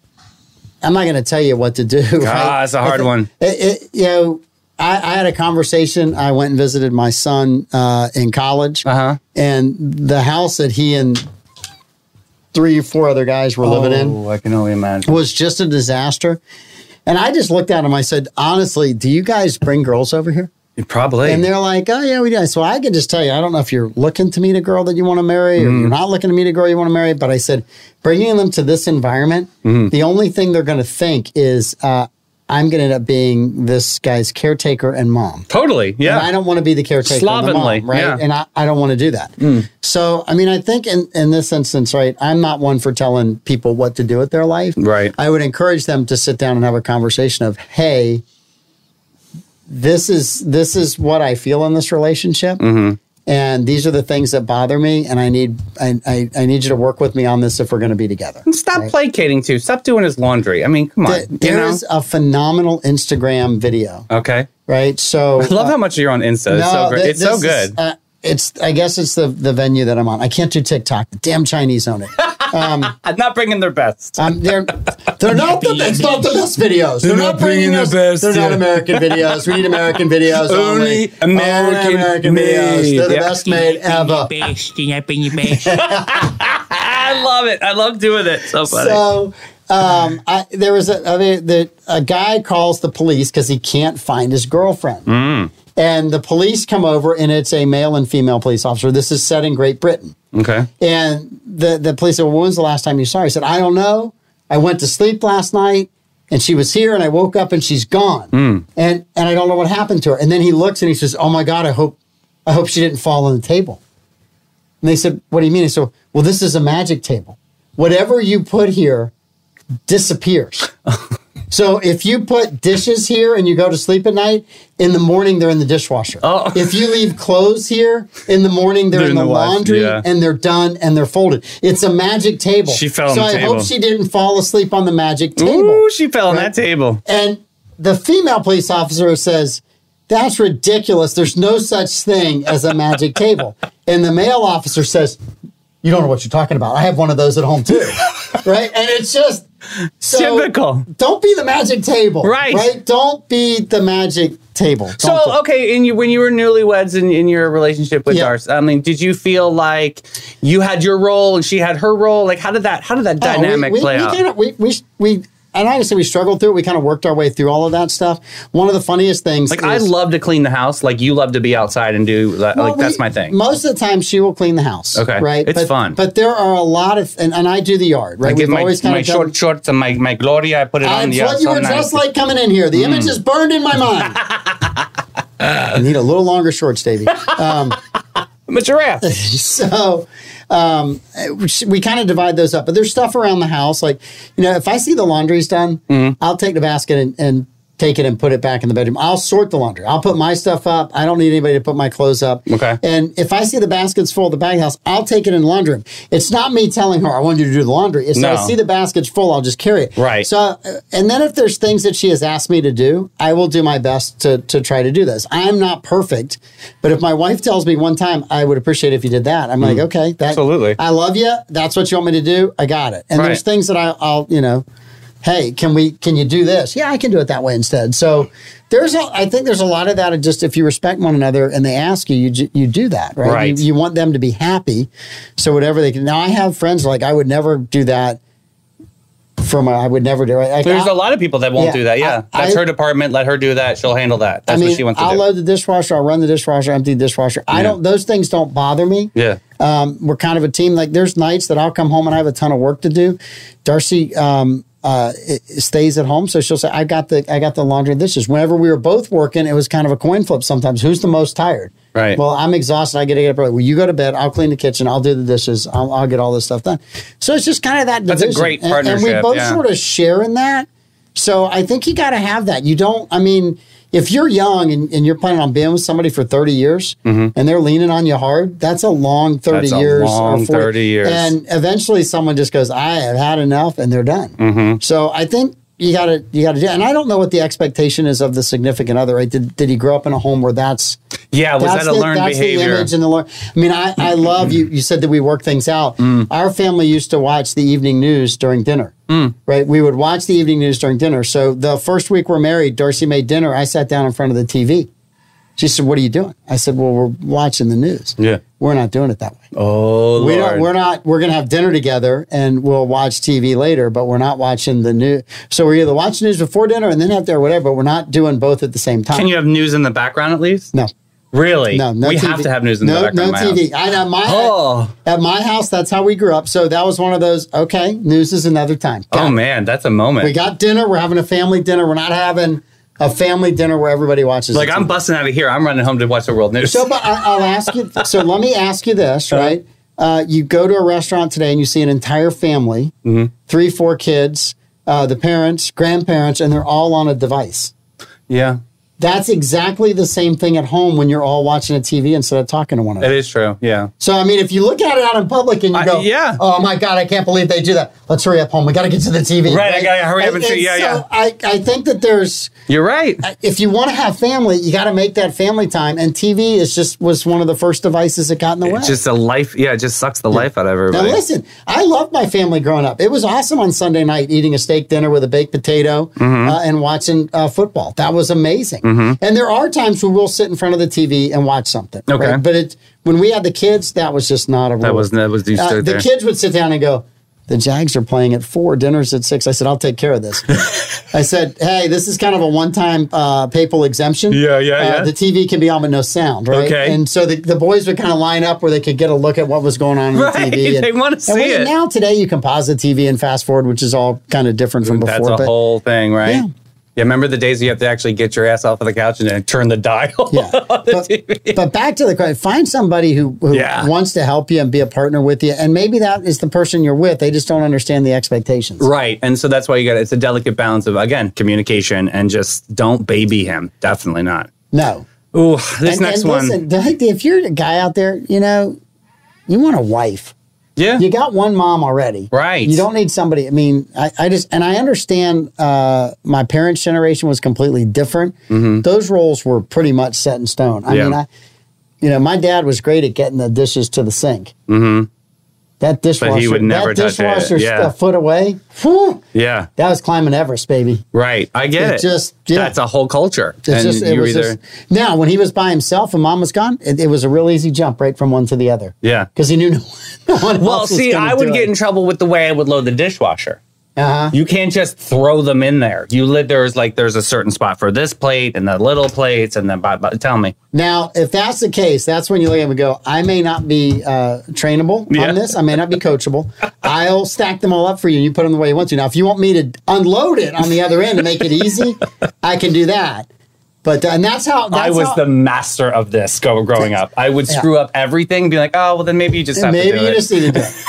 Speaker 1: I'm not going to tell you what to do. right?
Speaker 3: it's Ah, a hard
Speaker 1: I thi-
Speaker 3: one.
Speaker 1: It, it, you know, I, I had a conversation. I went and visited my son uh, in college,
Speaker 3: Uh-huh.
Speaker 1: and the house that he and three or four other guys were living in
Speaker 3: Oh, I can only imagine.
Speaker 1: was just a disaster. And I just looked at him. I said, honestly, do you guys bring girls over here?
Speaker 3: Probably.
Speaker 1: And they're like, oh, yeah, we do. So I can just tell you, I don't know if you're looking to meet a girl that you want to marry or you're not looking to meet a girl you want to marry. But I said, bringing them to this environment, the only thing they're going to think is, uh, I'm going to end up being this guy's caretaker and mom.
Speaker 3: totally.
Speaker 1: And I
Speaker 3: Yeah.
Speaker 1: don't want to be the caretaker
Speaker 3: Slovenly,
Speaker 1: of the mom, right?
Speaker 3: yeah.
Speaker 1: And I, I don't want to do that. So, I mean, I think in, in this instance, right, I'm not one for telling people what to do with their life.
Speaker 3: Right.
Speaker 1: I would encourage them to sit down and have a conversation of, hey, this is this is what I feel in this relationship. and these are the things that bother me, and I need I, I, I need you to work with me on this if we're going to be together.
Speaker 3: Stop placating too. Stop doing his laundry. I mean, come on.
Speaker 1: There is
Speaker 3: you know?
Speaker 1: a phenomenal Instagram video,
Speaker 3: okay.
Speaker 1: right? So
Speaker 3: I love how much you're on Insta. it's so great.
Speaker 1: thi-
Speaker 3: it's so
Speaker 1: this is,
Speaker 3: good.
Speaker 1: uh, it's I guess it's the the venue that I'm on. I can't do TikTok. The damn Chinese own it.
Speaker 3: I'm not bringing their best.
Speaker 1: Um, they're they're not the it's not the best videos. They're,
Speaker 4: not bringing the
Speaker 1: us-
Speaker 4: best,
Speaker 1: They're not
Speaker 4: yeah.
Speaker 1: American videos. We need American videos
Speaker 4: Only
Speaker 1: only.
Speaker 4: American
Speaker 1: Only American videos.
Speaker 4: made.
Speaker 1: They're the
Speaker 3: Yeah.
Speaker 1: best made ever.
Speaker 3: I love it. I love doing it. So funny.
Speaker 1: So um, I, there was a, I mean, the, a guy calls the police because he can't find his girlfriend.
Speaker 3: Mm.
Speaker 1: And the police come over, and it's a male and female police officer. This is set in Great Britain.
Speaker 3: okay.
Speaker 1: And the, the police said, Well, when's the last time you saw her? He said, I don't know. I went to sleep last night and she was here and I woke up and she's gone. And and I don't know what happened to her. And then he looks and he says, Oh my God, I hope I hope she didn't fall on the table. And they said, What do you mean? He said, Well, this is a magic table. Whatever you put here disappears. So if you put dishes here and you go to sleep at night, in the morning they're in the dishwasher.
Speaker 3: Oh.
Speaker 1: If you leave clothes here, in the morning they're, in, the,
Speaker 3: wash-
Speaker 1: laundry
Speaker 3: yeah.
Speaker 1: and they're done and they're folded. It's a magic table.
Speaker 4: She fell on
Speaker 1: so
Speaker 4: the
Speaker 1: I
Speaker 4: table.
Speaker 1: hope she didn't fall asleep on the magic table.
Speaker 3: Ooh, she fell on that table.
Speaker 1: And the female police officer says, That's ridiculous. There's no such thing as a magic table. And the male officer says, You don't know what you're talking about. I have one of those at home too. right? And it's just so
Speaker 3: Typical.
Speaker 1: Don't be the magic table.
Speaker 3: Right.
Speaker 1: Right? Don't be the magic table. Don't do it.
Speaker 3: So okay, and you when you were newlyweds in, in your relationship with
Speaker 1: Yeah.
Speaker 3: Darcy, I mean, did you feel like you had your role and she had her role? Like, how did that how did that
Speaker 1: Oh, we-
Speaker 3: dynamic
Speaker 1: we,
Speaker 3: play
Speaker 1: we
Speaker 3: out?
Speaker 1: kinda- we, we, we, and honestly, we struggled through it. We kind of worked our way through all of that stuff. One of the funniest things
Speaker 3: like, I
Speaker 1: is-
Speaker 3: love to clean the house. Like, you love to be outside and do that.
Speaker 1: Well,
Speaker 3: like, that's
Speaker 1: we-
Speaker 3: my thing.
Speaker 1: Most of the time, she will clean the house.
Speaker 3: Okay.
Speaker 1: right?
Speaker 3: It's
Speaker 1: but,
Speaker 3: fun.
Speaker 1: But there are a lot of, and, and I do the yard. Right,
Speaker 3: I give my,
Speaker 1: kinda
Speaker 3: my
Speaker 1: done-
Speaker 3: short shorts and my, my Gloria. I put it on
Speaker 1: That's
Speaker 3: Hmm. the
Speaker 1: what
Speaker 3: outside.
Speaker 1: you were dressed like coming in here. The image is burned in my mind. I need a little longer shorts, Davey.
Speaker 3: I'm a giraffe.
Speaker 1: so um, we kind of divide those up. But there's stuff around the house, like you know, if I see the laundry's done,
Speaker 3: Mm-hmm.
Speaker 1: I'll take the basket and, and take it and put it back in the bedroom. I'll sort the laundry. I'll put my stuff up. I don't need anybody to put my clothes up.
Speaker 3: Okay.
Speaker 1: And if I see the basket's full of the bag house, I'll take it in the laundry room. It's not me telling her I want you to do the laundry. It's
Speaker 3: No.
Speaker 1: I see the basket's full, I'll just carry it.
Speaker 3: Right.
Speaker 1: So uh, and then if there's things that she has asked me to do, I will do my best to to try to do this. I'm not perfect, but if my wife tells me one time, I would appreciate if you did that. I'm like, okay, that,
Speaker 3: Mm. Absolutely.
Speaker 1: I love you. That's what you want me to do. I got it. And
Speaker 3: Right.
Speaker 1: there's things that I, I'll you know. Hey, can we? Can you do this? Yeah, I can do it that way instead. So there's, a, I think there's a lot of that. Of just if you respect one another and they ask you, you ju- you do that, right?
Speaker 3: Right.
Speaker 1: You, you want them to be happy, so whatever they can. Now I have friends like I would never do that. For my, I would never do it. Like,
Speaker 3: There's
Speaker 1: I-
Speaker 3: a lot of people that won't
Speaker 1: Yeah,
Speaker 3: do that. Yeah,
Speaker 1: I-
Speaker 3: that's
Speaker 1: I-
Speaker 3: her department. Let her do that. She'll handle that. That's
Speaker 1: I mean,
Speaker 3: what she wants to
Speaker 1: I'll
Speaker 3: do.
Speaker 1: load the dishwasher. I'll run the dishwasher. Empty the dishwasher. I don't. Those things don't bother me.
Speaker 3: yeah.
Speaker 1: Um, we're kind of a team. Like there's nights that I'll come home and I have a ton of work to do. Darcy um, uh, i- stays at home, so she'll say, "I got the I got the laundry and dishes." Whenever we were both working, it was kind of a coin flip. Sometimes who's the most tired?
Speaker 3: Right.
Speaker 1: Well, I'm exhausted. I get to get up early. Well, you go to bed. I'll clean the kitchen. I'll do the dishes. I'll, I'll get all this stuff done. So it's just kind of that.
Speaker 3: That's a
Speaker 1: division.
Speaker 3: great
Speaker 1: And- And, we
Speaker 3: partnership,
Speaker 1: both
Speaker 3: yeah.
Speaker 1: sort of share in that. So I think you got to have that. You don't, I mean, if you're young and, and you're planning on being with somebody for 30 years and they're leaning on you hard, that's a long 30
Speaker 3: Mm-hmm. That's a
Speaker 1: years.
Speaker 3: long 30 years.
Speaker 1: And eventually someone just goes, I have had enough and they're done.
Speaker 3: Mm-hmm.
Speaker 1: So I think you got to, you got to do And I don't know what the expectation is of the significant other, right? Did, did he grow up in a home where that's,
Speaker 3: Yeah. Was
Speaker 1: that's
Speaker 3: that a
Speaker 1: the-
Speaker 3: learned
Speaker 1: that's
Speaker 3: behavior?
Speaker 1: The image and the learn. I mean, I, I love you. You said that we work things out.
Speaker 3: Mm.
Speaker 1: Our family used to watch the evening news during dinner.
Speaker 3: Mm.
Speaker 1: Right, we would watch the evening news during dinner. So the first week we're married, Darcy made dinner. I sat down in front of the TV. She said, "What are you doing?" I said, "Well, we're watching the news.
Speaker 3: Yeah.
Speaker 1: we're not doing it that way.
Speaker 3: oh,
Speaker 1: we
Speaker 3: Lord.
Speaker 1: don't. We're not. We're gonna have dinner together, and we'll watch TV later. But we're not watching the news. So we're either watching news before dinner and then after or whatever. But we're not doing both at the same time.
Speaker 3: Can you have news in the background at least?
Speaker 1: no.
Speaker 3: Really?
Speaker 1: No, no
Speaker 3: we
Speaker 1: TV.
Speaker 3: have to have news in
Speaker 1: no,
Speaker 3: the background.
Speaker 1: No
Speaker 3: of my
Speaker 1: TV.
Speaker 3: house.
Speaker 1: I know my
Speaker 3: Oh.
Speaker 1: at my house. That's how we grew up. So that was one of those. Okay, news is another time.
Speaker 3: Oh man, that's a moment.
Speaker 1: we got dinner. We're having a family dinner. We're not having a family dinner where everybody watches.
Speaker 3: like
Speaker 1: the
Speaker 3: I'm
Speaker 1: TV.
Speaker 3: busting out of here. I'm running home to watch the world news.
Speaker 1: So, but I, I'll ask you. So let me ask you this,
Speaker 3: Uh-huh.
Speaker 1: right? Uh, you go to a restaurant today and you see an entire family,
Speaker 3: Mm-hmm.
Speaker 1: three, four kids, uh, the parents, grandparents, and they're all on a device.
Speaker 3: yeah.
Speaker 1: That's exactly the same thing at home when you're all watching a TV instead of talking to one
Speaker 3: That
Speaker 1: another.
Speaker 3: is true. Yeah.
Speaker 1: So I mean, if you look at it out in public and you
Speaker 3: I-
Speaker 1: go,
Speaker 3: yeah.
Speaker 1: oh my god, I can't believe they do that. Let's hurry up home. We got to get to the TV.
Speaker 3: Right, I gotta hurry up and see- yeah, yeah.
Speaker 1: I I think that there's
Speaker 3: You're right.
Speaker 1: if you want to have family, you got to make that family time. And TV is just was one of the first devices that got in the way.
Speaker 3: It's just a life. Yeah, it just sucks the life out
Speaker 1: now
Speaker 3: of everybody.
Speaker 1: listen, I loved my family growing up. It was awesome on Sunday night eating a steak dinner with a baked potato
Speaker 3: Mm-hmm.
Speaker 1: uh, and watching uh, football. That was amazing. And there are times where we'll sit in front of the TV and watch something.
Speaker 3: Okay.
Speaker 1: But it when we had the kids, that was just not a rule.
Speaker 3: That was that was you
Speaker 1: Uh,
Speaker 3: stood
Speaker 1: the
Speaker 3: there.
Speaker 1: kids would sit down and go, "The Jags are playing at four, dinner's at six. I said, "I'll take care of this." I said, "Hey, this is kind of a one-time uh, papal exemption.
Speaker 3: Yeah, yeah,
Speaker 1: uh,
Speaker 3: yeah.
Speaker 1: The TV can be on but no sound, right?
Speaker 3: Okay.
Speaker 1: And so the, the boys would kind of line up where they could get a look at what was going on on
Speaker 3: Right,
Speaker 1: the TV. And,
Speaker 3: they wanna
Speaker 1: and
Speaker 3: see
Speaker 1: we-
Speaker 3: it.
Speaker 1: Now today, you can pause the TV and fast forward, which is all kind of different from before.
Speaker 3: That's a
Speaker 1: but-
Speaker 3: whole thing, right?
Speaker 1: Yeah.
Speaker 3: Yeah. Remember the days you have to actually get your ass off of the couch and then turn the dial.
Speaker 1: Yeah. But, but back to the question, find somebody who, who
Speaker 3: Yeah.
Speaker 1: wants to help you and be a partner with you. And maybe that is the person you're with. They just don't understand the expectations.
Speaker 3: Right. And so that's why you got it's a delicate balance of again communication and just don't baby him. Definitely not.
Speaker 1: No.
Speaker 3: Ooh, this
Speaker 1: And-
Speaker 3: next
Speaker 1: and
Speaker 3: one.
Speaker 1: listen, Doug, if you're a guy out there, you know, you want a wife.
Speaker 3: yeah.
Speaker 1: You got one mom already.
Speaker 3: Right.
Speaker 1: You don't need somebody. I mean, I, I just, and I understand uh, my parents' generation was completely different. Those roles were pretty much set in stone. I
Speaker 3: Mm-hmm. Yeah.
Speaker 1: mean, I, you know, my dad was great at getting the dishes to the sink. Mm-hmm. That dishwasher,
Speaker 3: would never
Speaker 1: that
Speaker 3: touch it.
Speaker 1: dishwasher
Speaker 3: Yeah.
Speaker 1: a foot away. Whew,
Speaker 3: yeah.
Speaker 1: that was climbing Everest, baby.
Speaker 3: Right. I get
Speaker 1: It
Speaker 3: it.
Speaker 1: just- yeah.
Speaker 3: That's a whole culture.
Speaker 1: It's
Speaker 3: and
Speaker 1: just, it
Speaker 3: you
Speaker 1: was
Speaker 3: either
Speaker 1: just, now when he was by himself and mom was gone, it, it was a real easy jump right from one to the other.
Speaker 3: Yeah.
Speaker 1: because he knew no no one.
Speaker 3: Well,
Speaker 1: else was
Speaker 3: see,
Speaker 1: gonna
Speaker 3: I would
Speaker 1: do
Speaker 3: get
Speaker 1: it.
Speaker 3: in trouble with the way I would load the dishwasher.
Speaker 1: Uh-huh.
Speaker 3: You can't just throw them in there. You lit there's like there's a certain spot for this plate and the little plates and then but, but, tell me.
Speaker 1: Now, if that's the case, that's when you look at him and go, "I may not be uh, trainable
Speaker 3: Yeah.
Speaker 1: on this. I may not be coachable. I'll stack them all up for you, and you put them the way you want to." Now, if you want me to unload it on the other end and make it easy, I can do that. But uh, and that's how that's
Speaker 3: I was
Speaker 1: how-
Speaker 3: the master of this go, growing up. I would
Speaker 1: Yeah.
Speaker 3: screw up everything, be like, oh well, then maybe you just have
Speaker 1: maybe
Speaker 3: to do
Speaker 1: you
Speaker 3: it.
Speaker 1: just need to do it.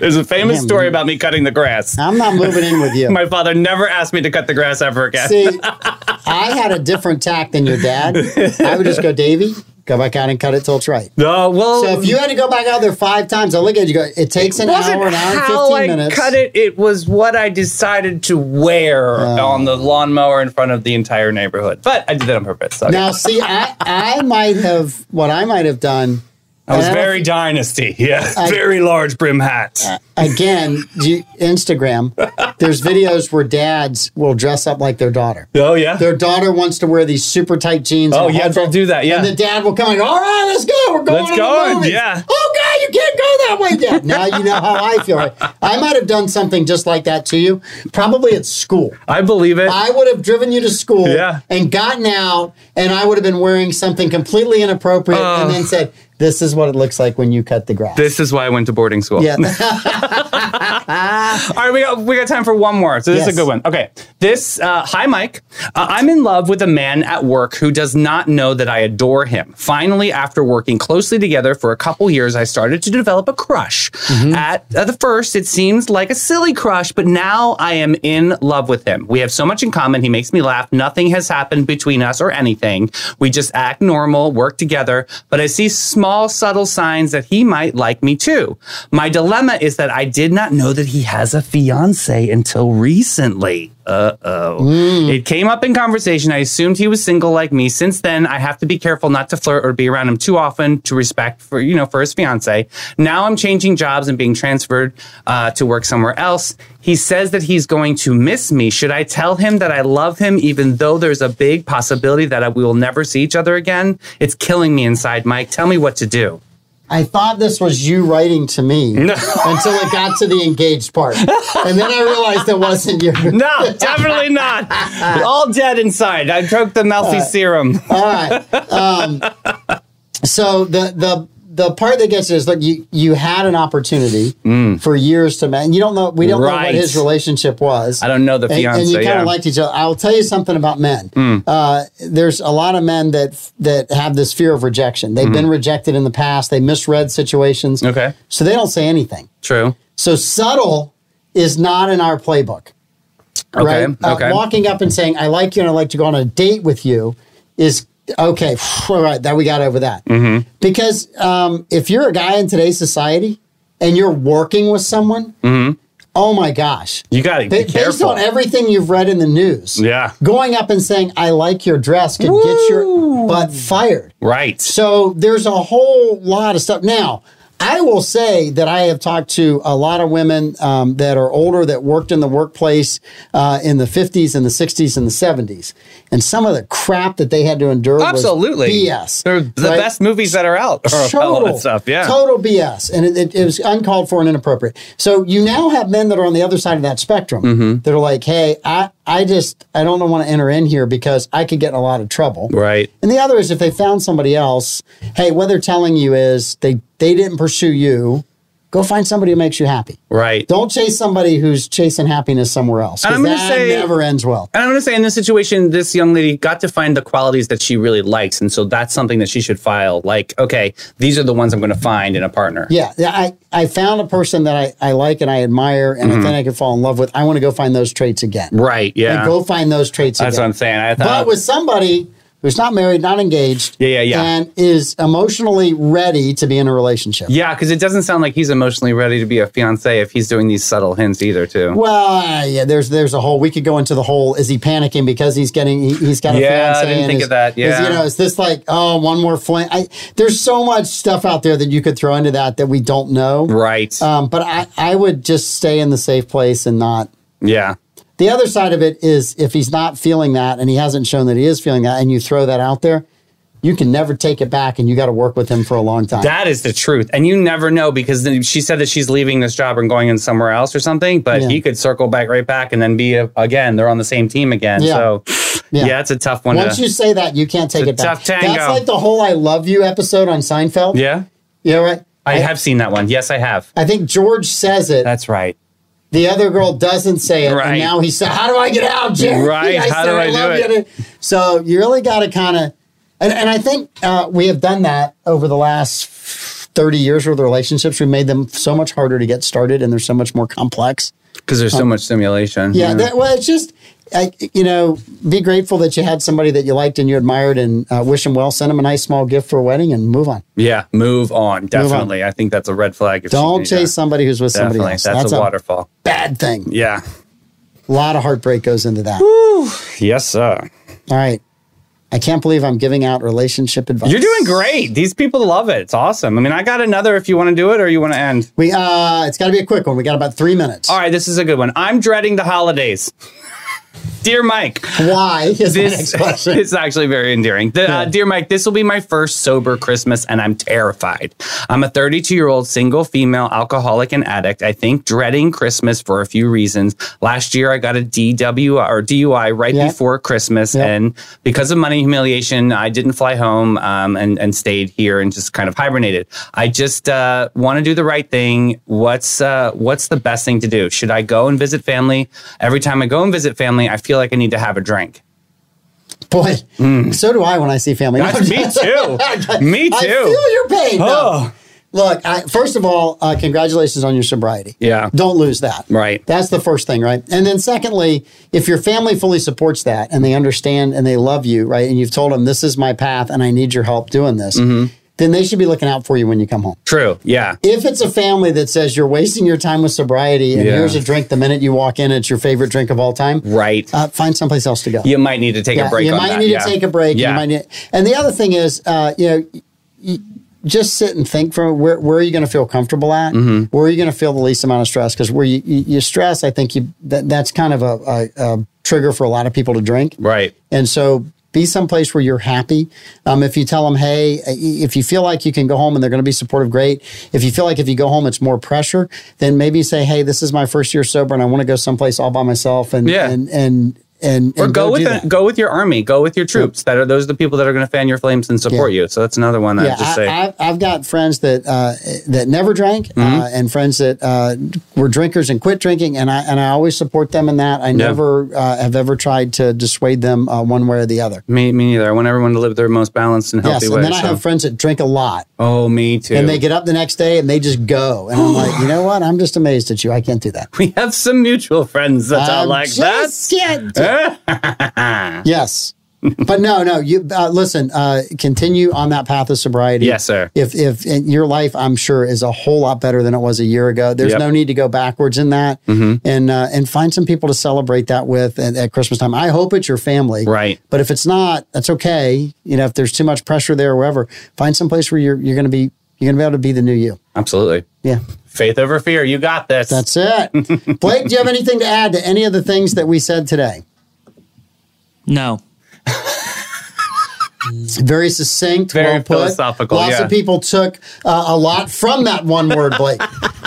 Speaker 3: There's a famous
Speaker 1: Damn,
Speaker 3: story
Speaker 1: dude.
Speaker 3: about me cutting the grass.
Speaker 1: I'm not moving in with you.
Speaker 3: My father never asked me to cut the grass ever again.
Speaker 1: See, I had a different tack than your dad. I would just go, Davey, go back out and cut it till it's right.
Speaker 3: no, well,
Speaker 1: So if you had to go back out there five times, I look at you go, it takes an
Speaker 3: wasn't
Speaker 1: hour, an hour and 15
Speaker 3: how I
Speaker 1: minutes.
Speaker 3: cut it. It was what I decided to wear on the lawnmower in front of the entire neighborhood. But I did that on purpose. So
Speaker 1: Now, see, I, I might have, what I might have done,
Speaker 3: I was
Speaker 1: and I don't
Speaker 3: very dynasty. Yeah, very large brim hat.
Speaker 1: again, you- Instagram, there's videos where dads will dress up like their daughter.
Speaker 3: oh yeah.
Speaker 1: Their daughter wants to wear these super tight jeans. and
Speaker 3: Oh
Speaker 1: a
Speaker 3: yeah,
Speaker 1: hard
Speaker 3: they'll
Speaker 1: top.
Speaker 3: do that. Yeah.
Speaker 1: And the dad will come and go, all right, let's go. We're going
Speaker 3: Let's
Speaker 1: to
Speaker 3: go
Speaker 1: the
Speaker 3: on,
Speaker 1: movies.
Speaker 3: yeah.
Speaker 1: Oh, God, you can't go that way, Dad. now you know how I feel. Right? I might have done something just like that to you, probably at school.
Speaker 3: I believe it.
Speaker 1: I would have driven you to school
Speaker 3: Yeah.
Speaker 1: and gotten out, and I would have been wearing something completely inappropriate and then said, this is what it looks like when you cut the grass.
Speaker 3: this is why I went to boarding school.
Speaker 1: yeah.
Speaker 3: All right, we got we got time for one more. So this
Speaker 1: Yes.
Speaker 3: is a good one. Okay, this uh, hi Mike. Uh, I'm in love with a man at work who does not know that I adore him. Finally, after working closely together for a couple years, I started to develop a crush. At, at the first, it seems like a silly crush, but now I am in love with him. We have so much in common. He makes me laugh. Nothing has happened between us or anything. We just act normal, work together, but I see small, subtle signs that he might like me too. My dilemma is that I did not know that he has a fiance until recently. Uh oh. It came up in conversation. I assumed he was single like me. Since then, I have to be careful not to flirt or be around him too often to respect for, you know, for his fiance. Now I'm changing jobs and being transferred uh, to work somewhere else. He says that he's going to miss me. Should I tell him that I love him, even though there's a big possibility that I- we will never see each other again? It's killing me inside, Mike. Tell me what to do.
Speaker 1: I thought this was you writing to me until it got to the engaged part. And then I realized it wasn't you.
Speaker 3: No, definitely not. All dead inside. I drank the mouthy serum.
Speaker 1: All right. Um, so the the the part that gets it is look, you you had an opportunity for years to man. You don't know. We don't know what
Speaker 3: Mm. Right.
Speaker 1: his relationship was.
Speaker 3: I don't know the
Speaker 1: And,
Speaker 3: fiance.
Speaker 1: and you kind of
Speaker 3: yeah. Mm.
Speaker 1: liked each other. I'll tell you something about men. Uh, there's a lot of men that that have this fear of rejection. They've been rejected in the past. They misread situations.
Speaker 3: Mm-hmm. Okay.
Speaker 1: So they don't say anything.
Speaker 3: True.
Speaker 1: So subtle is not in our playbook.
Speaker 3: Okay,
Speaker 1: right? Uh,
Speaker 3: okay.
Speaker 1: walking up and saying, I like you and I'd like to go on a date with you is okay. All right, that we got over that.
Speaker 3: Mm-hmm.
Speaker 1: Because um, if you're a guy in today's society and you're working with someone, oh my gosh.
Speaker 3: Mm-hmm. You got to
Speaker 1: Ba-
Speaker 3: be
Speaker 1: Based
Speaker 3: careful.
Speaker 1: on everything you've read in the news,
Speaker 4: Yeah.
Speaker 1: going up and saying, I like your dress could get your butt fired.
Speaker 3: right.
Speaker 1: So there's a whole lot of stuff. Now, I will say that I have talked to a lot of women um, that are older that worked in the workplace uh, in the 50s and the 60s and the 70s. And some of the crap that they had to endure
Speaker 3: Absolutely.
Speaker 1: was BS.
Speaker 3: They're the
Speaker 1: right?
Speaker 3: best movies that are out are about all that stuff. Yeah.
Speaker 1: Total BS. And it, it, it was uncalled for and inappropriate. So you now have men that are on the other side of that spectrum
Speaker 3: Mm-hmm.
Speaker 1: that are like, hey, I, I just, I don't want to enter in here because I could get in a lot of trouble.
Speaker 3: Right.
Speaker 1: And the other is if they found somebody else, hey, what they're telling you is they, they didn't pursue you. Go find somebody who makes you happy.
Speaker 3: Right.
Speaker 1: Don't chase somebody who's chasing happiness somewhere else. 'cause
Speaker 3: I'm gonna
Speaker 1: that
Speaker 3: say-
Speaker 1: never ends well.
Speaker 3: And I'm going to say, in this situation, this young lady got to find the qualities that she really likes. And so that's something that she should file. Like, okay, these are the ones I'm going to find in a partner.
Speaker 1: Yeah, yeah, I, I found a person that I, I like and I admire and I think I can fall in love with. I want to go find those traits again.
Speaker 3: Mm-hmm. Right. Yeah.
Speaker 1: And go find those traits
Speaker 3: that's uh, what
Speaker 1: again.
Speaker 3: I'm saying. I
Speaker 1: but
Speaker 3: thought,
Speaker 1: with somebody who's not married, not engaged,
Speaker 3: Yeah, yeah, yeah.
Speaker 1: and is emotionally ready to be in a relationship.
Speaker 3: yeah, because it doesn't sound like he's emotionally ready to be a fiance if he's doing these subtle hints either, too.
Speaker 1: Well, uh, yeah, there's there's a whole. We could go into the whole. Is he panicking because he's getting he, he's got a
Speaker 3: Yeah, I
Speaker 1: fiance?
Speaker 3: didn't
Speaker 1: and
Speaker 3: think
Speaker 1: is-
Speaker 3: of that.
Speaker 1: is,
Speaker 3: Yeah.
Speaker 1: you know, is this like oh one more flame? I, there's so much stuff out there that you could throw into that that we don't know.
Speaker 3: right.
Speaker 1: Um, but I I would just stay in the safe place and not
Speaker 3: yeah.
Speaker 1: The other side of it is if he's not feeling that and he hasn't shown that he is feeling that and you throw that out there, you can never take it back and you got to work with him for a long time.
Speaker 3: That is the truth. And you never know because then she said that she's leaving this job and going in somewhere else or something, but
Speaker 1: Yeah.
Speaker 3: he could circle back right back and then be a, again, they're on the same team again.
Speaker 1: Yeah.
Speaker 3: So,
Speaker 1: Yeah.
Speaker 3: yeah. it's a tough one.
Speaker 1: Once
Speaker 3: to,
Speaker 1: you say that, you can't take
Speaker 3: It's a
Speaker 1: it back.
Speaker 3: tough tango.
Speaker 1: That's like the whole I love you episode on Seinfeld.
Speaker 3: yeah.
Speaker 1: You know, right?
Speaker 3: I have seen that one. Yes, I have.
Speaker 1: I think George says it.
Speaker 3: That's right.
Speaker 1: the other girl doesn't say it. And
Speaker 3: Right.
Speaker 1: now he said, How do I get out, Jerry?
Speaker 3: Right.
Speaker 1: I
Speaker 3: How
Speaker 1: said,
Speaker 3: do I do
Speaker 1: love
Speaker 3: it?
Speaker 1: you." And- So you really got to kind of, and, and I think uh, we have done that over the last 30 years with relationships. We made them so much harder to get started and they're so much more complex.
Speaker 3: Because there's so much Mm. stimulation.
Speaker 1: Um, Yeah. That, well, it's just, I, you know, be grateful that you had somebody that you liked and you admired and uh, wish them well. Send them a nice small gift for a wedding and move on.
Speaker 3: Yeah, move on. Definitely. I think that's a red flag. If she
Speaker 1: Don't
Speaker 3: did
Speaker 1: chase
Speaker 3: that.
Speaker 1: somebody who's with somebody
Speaker 3: Definitely.
Speaker 1: else.
Speaker 3: That's, a waterfall.
Speaker 1: bad thing.
Speaker 3: Yeah.
Speaker 1: A lot of heartbreak goes into that.
Speaker 3: Yes, sir.
Speaker 1: All right. I can't believe I'm giving out relationship advice.
Speaker 3: You're doing great. These people love it. It's awesome. I mean, I got another if you want to do it or you want to end.
Speaker 1: We uh, it's got to be a quick one. We got about three minutes.
Speaker 3: All right, this is a good one. I'm dreading the holidays. Dear Mike,
Speaker 1: Why is my
Speaker 3: this
Speaker 1: next question?
Speaker 3: it's actually very endearing. The, uh,
Speaker 1: Yeah.
Speaker 3: dear Mike, this will be my first sober Christmas, and I'm terrified. I'm a 32 year old single female alcoholic and addict. I think dreading Christmas for a few reasons. Last year, I got a DW or DUI right
Speaker 1: Yeah.
Speaker 3: before Christmas,
Speaker 1: Yeah.
Speaker 3: and because of money humiliation, I didn't fly home um, and and stayed here and just kind of hibernated. I just uh, want to do the right thing. What's uh, what's the best thing to do? Should I go and visit family? Every time I go and visit family, I feel like I need to have a drink.
Speaker 1: Boy, so do I when I see family.
Speaker 3: Hmm. That's me too. Me
Speaker 1: I
Speaker 3: too.
Speaker 1: feel your pain. No.
Speaker 3: Oh.
Speaker 1: Look, I, first of all, uh, congratulations on your sobriety.
Speaker 3: Yeah.
Speaker 1: Don't lose that.
Speaker 3: Right.
Speaker 1: That's the first thing, right? And then secondly, if your family fully supports that and they understand and they love you, right? And you've told them this is my path and I need your help doing this,
Speaker 3: Mm-hmm.
Speaker 1: then they should be looking out for you when you come home.
Speaker 3: True. Yeah.
Speaker 1: if it's a family that says you're wasting your time with sobriety and
Speaker 3: Yeah.
Speaker 1: here's a drink the minute you walk in, it's your favorite drink of all time,
Speaker 3: Right.
Speaker 1: uh, find someplace else to go.
Speaker 3: you might need to take
Speaker 1: Yeah,
Speaker 3: a break.
Speaker 1: you
Speaker 3: on
Speaker 1: might
Speaker 3: that.
Speaker 1: need
Speaker 3: Yeah.
Speaker 1: to take a break. You
Speaker 3: Yeah.
Speaker 1: might need- and the other thing is, uh, you know, y- y- just sit and think from where, where are you going to feel comfortable at?
Speaker 3: Mm-hmm.
Speaker 1: Where are you going to feel the least amount of stress? Because where you, you, you stress, I think you that, that's kind of a, a, a trigger for a lot of people to drink.
Speaker 3: right.
Speaker 1: And so be someplace where you're happy. Um, if you tell them, hey, if you feel like you can go home and they're going to be supportive, great. If you feel like if you go home, it's more pressure, then maybe say, hey, this is my first year sober and I want to go someplace all by myself and,
Speaker 3: Yeah.
Speaker 1: and, and, and,
Speaker 3: Or
Speaker 1: and
Speaker 3: go, with
Speaker 1: do
Speaker 3: the,
Speaker 1: that.
Speaker 3: go with your army, go with your troops. That are those are the people that are going to fan your flames and support you. So that's another one that I
Speaker 1: Yeah,
Speaker 3: just say.
Speaker 1: I, I, I've got friends that uh, that never drank, uh,
Speaker 3: Mm-hmm.
Speaker 1: and friends that uh, were drinkers and quit drinking, and I and I always support them in that. I never uh, have ever tried to dissuade them uh, one way or the other.
Speaker 3: me, me neither. I want everyone to live their most balanced and
Speaker 1: Yes,
Speaker 3: healthy
Speaker 1: and
Speaker 3: way.
Speaker 1: then I
Speaker 3: so-
Speaker 1: have friends that drink a lot,
Speaker 3: oh, me too.
Speaker 1: and they get up the next day and they just go, and I'm like, you know what? I'm just amazed at you. I can't do that.
Speaker 3: we have some mutual friends that are
Speaker 1: I'm
Speaker 3: like
Speaker 1: just
Speaker 3: that.
Speaker 1: can't do it. yes. but no, no. You uh, listen. Uh, continue on that path of sobriety.
Speaker 3: Yes, sir.
Speaker 1: If if in your life, I'm sure, is a whole lot better than it was a year ago. There's
Speaker 3: Yep. Mm-hmm.
Speaker 1: no need to go backwards in that, and uh, and find some people to celebrate that with at, at Christmas time. I hope it's your family,
Speaker 3: Right.
Speaker 1: But if it's not, that's okay. You know, if there's too much pressure there, or wherever, find some place where you're you're going to be you're going to be able to be the new you.
Speaker 3: Absolutely.
Speaker 1: Yeah.
Speaker 3: Faith over fear. You got this.
Speaker 1: That's it. Blake, do you have anything to add to any of the things that we said today?
Speaker 2: No.
Speaker 1: Very succinct,
Speaker 3: Very
Speaker 1: well put.
Speaker 3: philosophical,
Speaker 1: Lots
Speaker 3: yeah.
Speaker 1: of people took uh, a lot from that one word, Blake.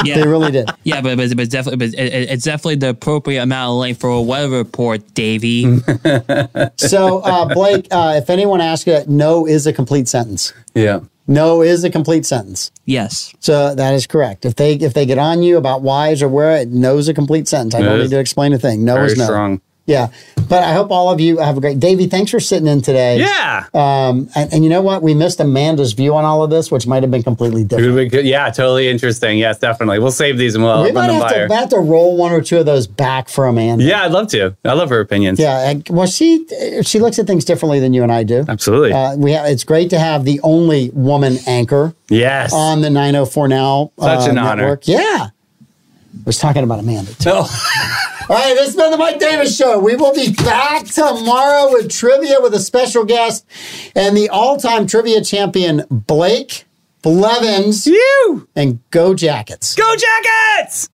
Speaker 2: Yeah.
Speaker 1: They really did.
Speaker 2: Yeah, but, but, but definitely, but it, it- it's definitely the appropriate amount of length for a weather report, Davey.
Speaker 1: Mm. So, uh, Blake, uh, if anyone asks you, that, no is a complete sentence.
Speaker 3: yeah.
Speaker 1: No is a complete sentence.
Speaker 2: yes.
Speaker 1: So that is correct. If they if they get on you about whys or where, it no's a complete sentence. I don't
Speaker 3: It
Speaker 1: need
Speaker 3: is.
Speaker 1: to explain a thing. No
Speaker 3: Very
Speaker 1: is no.
Speaker 3: strong.
Speaker 1: Yeah, but I hope all of you have a great. Davey, thanks for sitting in today.
Speaker 3: Yeah.
Speaker 1: Um, and, and you know what? We missed Amanda's view on all of this, which might have been completely different.
Speaker 3: It would be good- yeah, totally interesting. Yes, definitely. We'll save these and we'll
Speaker 1: We
Speaker 3: open
Speaker 1: might
Speaker 3: them
Speaker 1: have to,
Speaker 3: fire.
Speaker 1: might have to roll one or two of those back for Amanda.
Speaker 3: Yeah, I'd love to. I love her opinions.
Speaker 1: Yeah, and- well, she she looks at things differently than you and I do.
Speaker 3: Absolutely.
Speaker 1: Uh, we have, it's great to have the only woman anchor
Speaker 3: yes.
Speaker 1: on the 904 Now. uh,
Speaker 3: Such an honor.
Speaker 1: network. Yeah. I was talking about Amanda. Too.
Speaker 3: No.
Speaker 1: All right, this has been the Mike Davis Show. We will be back tomorrow with trivia with a special guest and the all time trivia champion, Blake Blevins,
Speaker 3: you.
Speaker 1: and Go Jackets.
Speaker 3: Go Jackets!